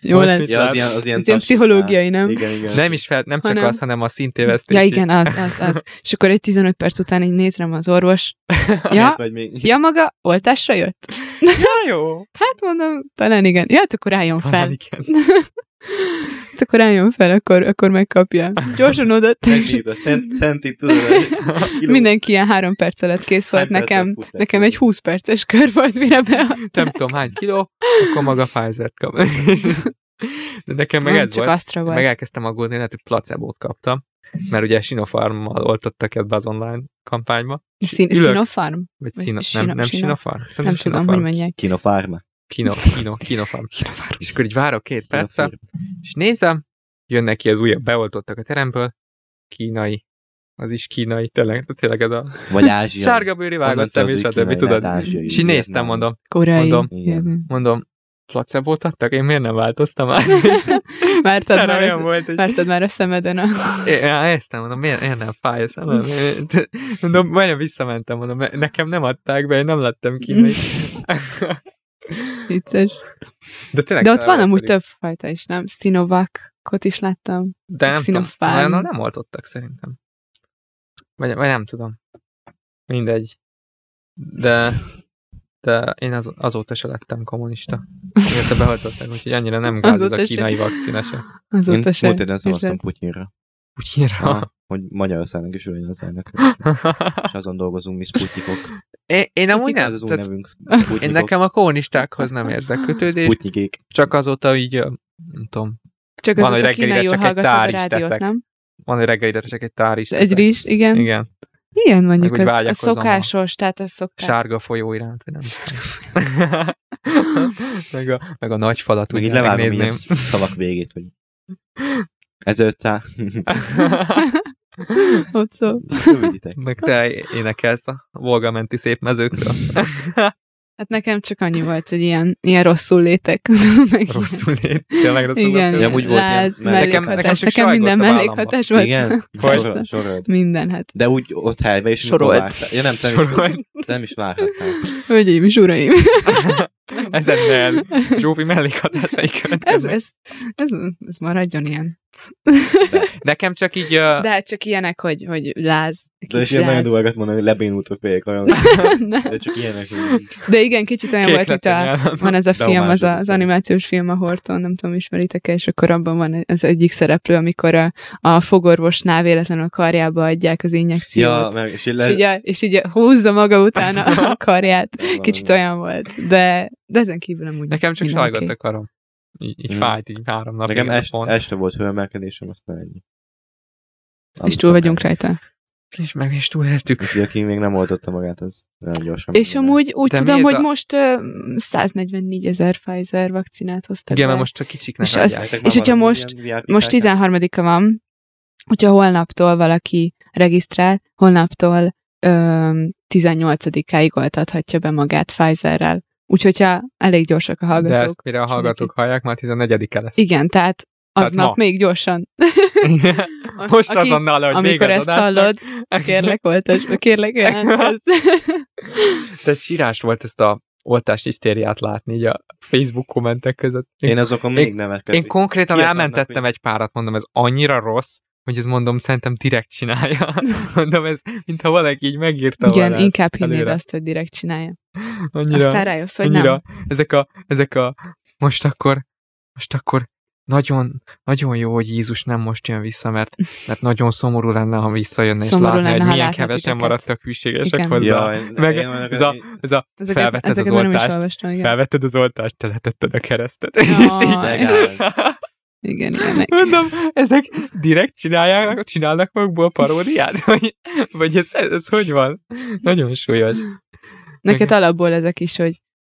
S2: jó
S1: most
S2: lesz.
S1: mit-
S3: Ja, az ilyen, az ilyen,
S2: Ez ilyen
S3: tas-
S2: psichológiai, nem?
S3: Igen, igen.
S1: Nem is fel, nem csak
S2: Hanem-
S1: az, hanem a szintévesztés.
S2: Ja, igen, az, az, az. És akkor egy 15 perc után így néz rám az
S1: (laughs)
S2: orvos. Ja,
S3: Vagy még...
S2: ja maga oltásra jött?
S1: Ja, jó.
S2: Hát mondom, talán igen. Ja, hát akkor álljon fel.
S1: Talán igen.
S2: Hát akkor álljon fel, akkor, akkor megkapja. Gyorsan oda.
S3: Ennyibe, szent, szenti, tudod,
S2: (laughs)
S3: kiló-
S2: Mindenki ilyen három perc alatt kész volt
S3: Hány perc
S2: nekem.
S3: alatt futsz el?
S2: Nekem egy 20 perces kör volt, mire be. (laughs)
S1: nem tudom hány kiló, akkor maga Pfizer-t kap. De nekem meg
S2: Nem,
S1: ez
S2: csak
S1: volt.
S2: Astra
S1: Volt.
S2: volt.
S1: Meg elkezdtem aggódni, lehet, hogy placebót kaptam, mert ugye Sinopharmmal oltottak ebbe az online kampányba.
S2: Szín,
S1: ülök.
S2: Sinopharm?
S1: Vagy
S2: Vagy
S1: Sino,
S2: Sino-
S1: nem, nem
S2: Sino-
S1: Sinopharm?
S2: Nem tudom, hogy mondják.
S3: Kinofárma.
S1: Kino, kino, kinofarm. És akkor így várok két percet, és nézem, jönnek ki az újabb beoltottak a teremből, kínai, az is kínai, tényleg, tényleg ez a
S3: Vagy Ázsia.
S1: sárga bőri vágott
S3: Honnan Hát
S1: szem, és
S3: tudod, hogy
S1: stb.
S3: kínai,
S1: tudod.
S3: lehet ázsiai,
S1: És így néztem,
S3: vietnámi.
S1: mondom,
S2: Koreai.
S1: Mondom.
S3: Igen.
S1: mondom, placebót adtak? Én miért nem változtam át? (laughs)
S2: Vártad
S1: Aztán
S2: már,
S1: olyan
S2: az,
S1: volt, hogy
S2: vártad már a szemeden a...
S1: É, á, ezt nem mondom, miért, miért nem fáj a szemem? Miért- Mondom, majdnem visszamentem, mondom, ne- nekem nem adták be, én nem lettem kínai.
S2: Vicces.
S1: De, tényleg
S2: De ott van amúgy
S1: feloltodik.
S2: több fajta is, nem? Sinovac-ot is láttam.
S1: De nem tudom,
S2: Sinopharm.
S1: olyannal nem oltottak szerintem. Vagy, vagy nem tudom. Mindegy. De, de én az, azóta se lettem kommunista. Miért beoltották, úgyhogy annyira nem gáz az a
S2: Azóta se.
S1: kínai vakcina se.
S3: Én
S2: Azóta sem.
S3: múlt héten szavaztam Putyinra,
S1: Úgyira.
S3: hogy Magyarországnak is olyan az elnök.
S1: (laughs)
S3: És azon dolgozunk mi sputyikok.
S1: Én, én amúgy
S3: Ez
S1: nem.
S3: az új
S1: Tehát
S3: nevünk. Sputnikok.
S1: én nekem a kommunistákhoz nem
S2: Ah.
S1: érzek kötődést,
S3: Sputnikék.
S1: csak azóta így, ö, nem tudom,
S2: Csak
S1: Van,
S2: azóta
S1: hogy reggelire
S2: Kína jól
S1: csak egy
S2: hallgatod a
S1: tár is
S2: rádiót,
S1: teszek.
S2: nem?
S1: van, hogy reggelire csak egy tár is.
S2: Egy
S1: teszek.
S2: rizs, igen. igen.
S1: Igen.
S2: Igen, mondjuk
S1: úgy
S2: ez a
S1: vágyakozom a-
S2: szokásos, tehát ez szokták.
S1: Sárga folyó iránt, vagy nem tudom. (laughs) meg, a, meg a nagy falat,
S3: Meg így
S1: ugye,
S3: levágom így a
S1: megnézném.
S3: sz- szavak végét, hogy 1500...
S2: Ott szó.
S3: Rövidítek.
S1: (laughs) meg te énekelsz a volgamenti szép mezőkről.
S2: Hát nekem csak annyi volt, hogy ilyen, ilyen rosszul létek. (laughs) Meg
S1: rosszul lét. Tényleg rosszul
S2: Igen,
S1: lét.
S3: Ja, amúgy volt ilyen
S2: láz,
S3: mellékhatás.
S2: mellékhatás.
S1: Nekem- nekem
S2: Nekem,
S1: csak
S2: minden
S1: sajgott a vállamba.
S2: mellékhatás volt.
S3: Igen?
S1: Persze.
S3: Sorol- Sorold.
S2: Minden, hát.
S3: De úgy ott helyben is, amikor
S2: Sorolt.
S3: vártál. Ja nem, te nem, is,
S1: Sorolj.
S3: te nem is várhattál.
S2: Hölgyeim és
S1: (laughs)
S2: uraim.
S1: Ezennel Zsófi mellékhatásai
S2: Hát Ez,
S1: következnek.
S2: ez, ez, ez maradjon ilyen.
S1: Nekem csak így... ö,
S2: De hát csak ilyenek, hogy, hogy láz.
S3: De és
S2: kicsi
S3: ilyen nagyon
S2: láz.
S3: dolgokat mondani, hogy lebénult a fék, olyan,
S2: (laughs) Nem.
S3: de csak ilyenek. hogy így-
S2: De igen, kicsit olyan
S1: Kék
S2: volt
S1: lett
S2: itt
S1: a
S2: a,
S1: nyelvem.
S2: van ez a
S3: De
S2: film, az,
S3: homályos
S2: a,
S3: ez
S2: az
S3: is.
S2: animációs film a Horton, nem tudom, ismeritek-e, és akkor abban van az egyik szereplő, amikor a, a fogorvosnál véletlenül a karjába adják az injekciót.
S3: Ja, meg, és így
S2: és,
S3: le...
S2: így a, és így húzza maga
S3: (laughs)
S2: utána a karját.
S3: Valami.
S2: Kicsit olyan volt, de, de ezen kívül amúgy
S1: Nekem csak
S2: mindenki.
S1: sajgott a karom. Így, így
S3: Mm.
S1: fájt, így három napig.
S3: Nekem
S1: ez a
S3: est,
S1: pont.
S3: este volt hőemelkedésem, aztán ennyi.
S2: És túl vagyunk rajta.
S1: És meg is túléltük.
S3: Ugye, aki még nem oldotta magát, az nagyon gyorsan.
S2: És amúgy úgy
S1: De mi
S2: tudom,
S1: ez
S2: hogy
S1: a-
S2: most ö, 194 ezer Pfizer vakcinát hoztak
S1: Igen,
S2: be.
S1: mert most csak kicsiknek
S2: És az-
S1: adják.
S2: és hogyha most- Most 13-a van, hogyha holnaptól valaki regisztrál, holnaptól öm, 18-áig oltathatja be magát Pfizerrel. Úgyhogy ha elég gyorsak a
S1: De
S2: hallgatók.
S1: ezt mire a hallgatók
S2: mindenki-
S1: hallják, már 14 -e lesz. (laughs)
S2: Igen, tehát
S1: Tehát
S2: aznap
S1: ma.
S2: még gyorsan.
S1: Most
S2: Aki-
S1: azonnal, hogy még
S2: Amikor
S1: az (laughs)
S2: ezt
S1: adásnak.
S2: hallod, kérlek, oltas, kérlek, jelentkezz.
S1: De sírás volt ezt a oltás hisztériát látni, így a Facebook kommentek között. Én,
S3: Én azokon
S1: Én-
S3: még nevetkedtem.
S1: én konkrétan
S3: kiadnának,
S1: elmentettem egy párat, mondom, ez annyira rossz, hogy ez mondom, szerintem direkt csinálja. (laughs) Mondom, ez, mintha valaki így megírta volna
S2: Igen,
S1: ezt
S2: inkább hinnéd
S1: előre.
S2: azt, hogy direkt csinálja.
S1: Annyira,
S2: Aztán rájössz, hogy
S1: annyira
S2: nem.
S1: ezek a, ezek a, most akkor, most akkor nagyon, nagyon jó, hogy Jézus nem most jön vissza, mert, mert nagyon szomorú lenne, ha visszajönne, és
S2: Szomorú
S1: látná,
S2: lenne,
S1: hogy
S2: ha
S1: milyen
S2: látná
S1: kevesen
S2: titeket.
S1: maradtak hűségesek
S2: Igen.
S1: hozzá.
S3: Ja,
S1: Meg ez a- Ez a
S2: Ezeket,
S1: Felvetted az
S2: ezeket már nem is
S1: oltást.
S2: olvastam, igen.
S1: Felvetted az oltást, teletetted a keresztet. és így,
S2: Jaj. Igen, igen.
S1: mondom, ezek direkt csinálják, csinálnak magukból paródiát? (laughs) Vagy, vagy ez, ez, ez hogy van? Nagyon súlyos.
S2: Neked
S1: Igen.
S2: alapból ezek is, hogy,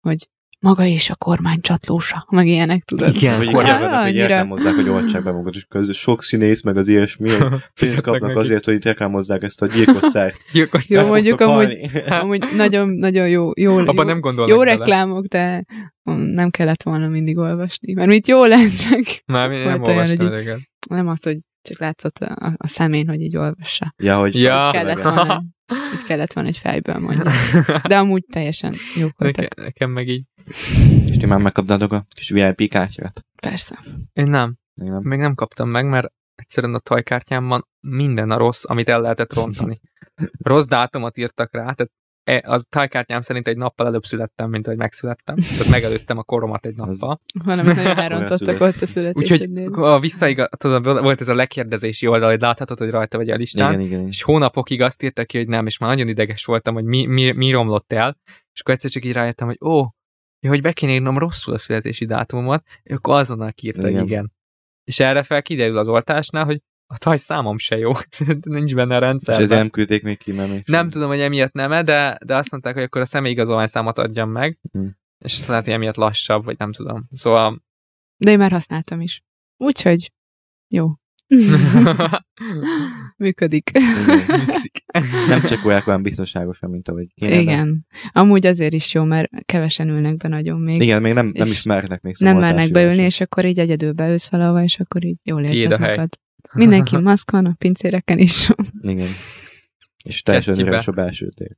S2: hogy maga is a kormány csatlósa, meg ilyenek, tudod.
S1: Igen,
S3: Hogy
S1: korán-
S3: korán hogy
S2: Annyira.
S3: reklámozzák, hogy oltsák be magukat, és közül sok színész, meg
S1: (laughs)
S3: az ilyesmi, hogy pénzt kapnak azért, hogy itt reklámozzák ezt a gyilkos szert.
S1: Gyilkos
S2: Jó,
S1: szem.
S3: Nem
S2: mondjuk
S3: fogtok
S2: amúgy-
S3: halni.
S2: Amúgy nagyon, nagyon jó, jó, jó,
S1: Abban nem gondolnak
S2: jó
S1: bele.
S2: reklámok, de mm, nem kellett volna mindig olvasni. Mert mit jó lett, (laughs) csak
S1: Már mi- nem
S2: Volt olyan,
S1: olvastam
S2: hogy
S1: (laughs) ezeket.
S2: nem az, hogy csak látszott a, a szemén, hogy így olvassa.
S3: Ja, hogy
S1: Ja.
S2: Így
S3: ja.
S2: kellett volna, így kellett volna egy fejből
S1: (laughs)
S2: mondjuk. De amúgy teljesen jók voltak.
S1: Nekem, nekem meg így.
S3: És ti már megkapnátok a kis VIP kártyát?
S2: Persze.
S1: Én nem,
S3: Még nem?
S1: még nem kaptam meg, mert egyszerűen a tajkártyámban minden a rossz, amit el lehetett rontani. Rossz dátumot írtak rá, tehát e- az tájkártyám szerint egy nappal előbb születtem, mint ahogy megszülettem. Tehát megelőztem a koromat egy
S3: Az-
S1: nappal.
S2: Valamit nagyon
S3: Olyan
S2: elrontottak
S3: szület.
S2: ott a
S1: Úgyhogy
S2: születésednél.
S1: a visszaiga, tudod, volt ez a lekérdezési oldal, hogy láthatod, hogy rajta vagy a listán,
S3: Igen, igen, igen.
S1: és hónapokig azt írta ki, hogy nem, és már nagyon ideges voltam, hogy mi, mi, mi romlott el, és akkor egyszer csak így rájöttem, hogy ó, ja, hogy be kéne írnom rosszul a születési dátumomat, és akkor azonnal kiírta, igen.
S3: Igen.
S1: igen. És erre fel kiderül az oltásnál, hogy a taj számom se jó, (laughs) nincs benne a
S3: És
S1: rendszerben.
S3: ezért nem küldték még ki, nem?
S1: Nem tudom, hogy emiatt nem de, de azt mondták, hogy akkor a személyigazolvány számot adjam meg,
S3: Mhm.
S1: és hát lehet, hogy emiatt lassabb, vagy nem tudom.
S3: (laughs)
S1: Szóval... (laughs)
S2: De én már használtam is. Úgyhogy
S1: (laughs)
S2: jó. Működik.
S3: Igen.
S1: Mixik.
S3: Nem csekkolják olyan biztonságosan, mint ahogy kéne. de-
S2: Igen. Amúgy azért is jó, mert kevesen ülnek be nagyon még.
S3: Igen, még nem, nem
S2: És
S3: ismernek még
S2: nem
S3: szóval
S2: mernek beülni, és akkor így egyedül beülsz valahova, és akkor így jól
S1: Tiéd
S2: érzed
S1: a hely.
S2: magad.
S1: (laughs)
S2: Mindenki maszk van a pincéreken is.
S3: Igen. És teljesen
S1: Kesztyűbe.
S3: üres a belső tér.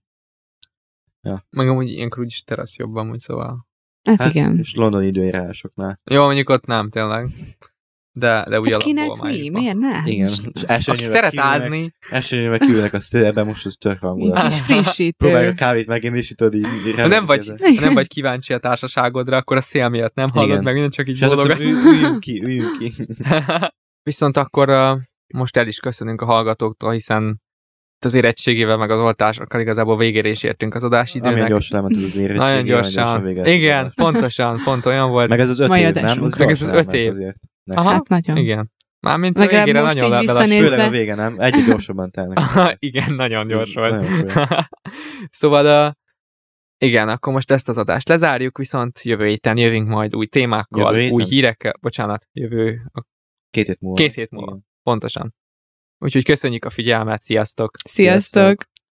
S1: Meg amúgy ilyenkor úgyis terasz jobban, úgy szóval.
S2: Hát, hát igen.
S3: És London időjárásoknál.
S1: Jó, mondjuk ott nem tényleg. De, de úgy alapból
S2: Hát kinek mi?
S1: májusban.
S2: Miért nem?
S3: Igen. És esőnyővel
S1: Aki szeret
S3: kiülnek-
S1: ázni,
S3: Esőnyővel kiülnek a szélben, most az tök
S2: Így
S3: hangulat.
S2: kis
S3: Próbálj a
S2: frissítő.
S3: kávét meginni, és tudod így, így
S1: ha nem,
S3: remegik
S1: vagy,
S3: ezek.
S1: ha nem vagy kíváncsi a társaságodra, akkor a szél miatt nem hallod
S3: Igen.
S1: meg, minden csak így
S3: És hát csak
S1: bólogatsz.
S3: ül- üljünk ki,
S1: (laughs)
S3: üljünk ki.
S1: Viszont akkor uh, most el is köszönünk a hallgatóktól, hisán itt az érettségével meg az oltásokkal igazából végére is értünk az
S3: Amilyen
S1: adásidőnek.
S3: gyorsan lement ez az érettség.
S1: Nagyon gyorsan. Igen, pontosan, pont olyan volt.
S3: Meg ez az öt
S2: Mai
S3: év, nem?
S2: adásunk.
S3: Az
S1: Meg ez
S3: gyorsan
S1: az öt
S3: elment
S1: év.
S3: Azért.
S1: Aha.
S3: Nekem.
S2: Hát nagyon.
S1: Igen. Mármint a
S2: Legalább
S1: végére
S2: most
S1: nagyon
S2: így
S1: lebelasult.
S2: visszanéz-
S3: Főleg a
S2: Nézve.
S3: vége, nem? Egyre
S1: (laughs)
S3: gyorsabban telnek.
S1: Igen, nagyon gyors volt.
S3: Nagyon jó.
S1: (laughs) szóval uh, igen, akkor most ezt az adást lezárjuk, viszont jövő héten jövünk majd új témákkal,
S3: Jövő héten?
S1: új hírekkel, bocsánat, jövő, a-
S3: Két hét múlva.
S1: Két hét múlva.
S3: Igen.
S1: pontosan. Úgyhogy köszönjük a figyelmet, sziasztok!
S2: Sziasztok!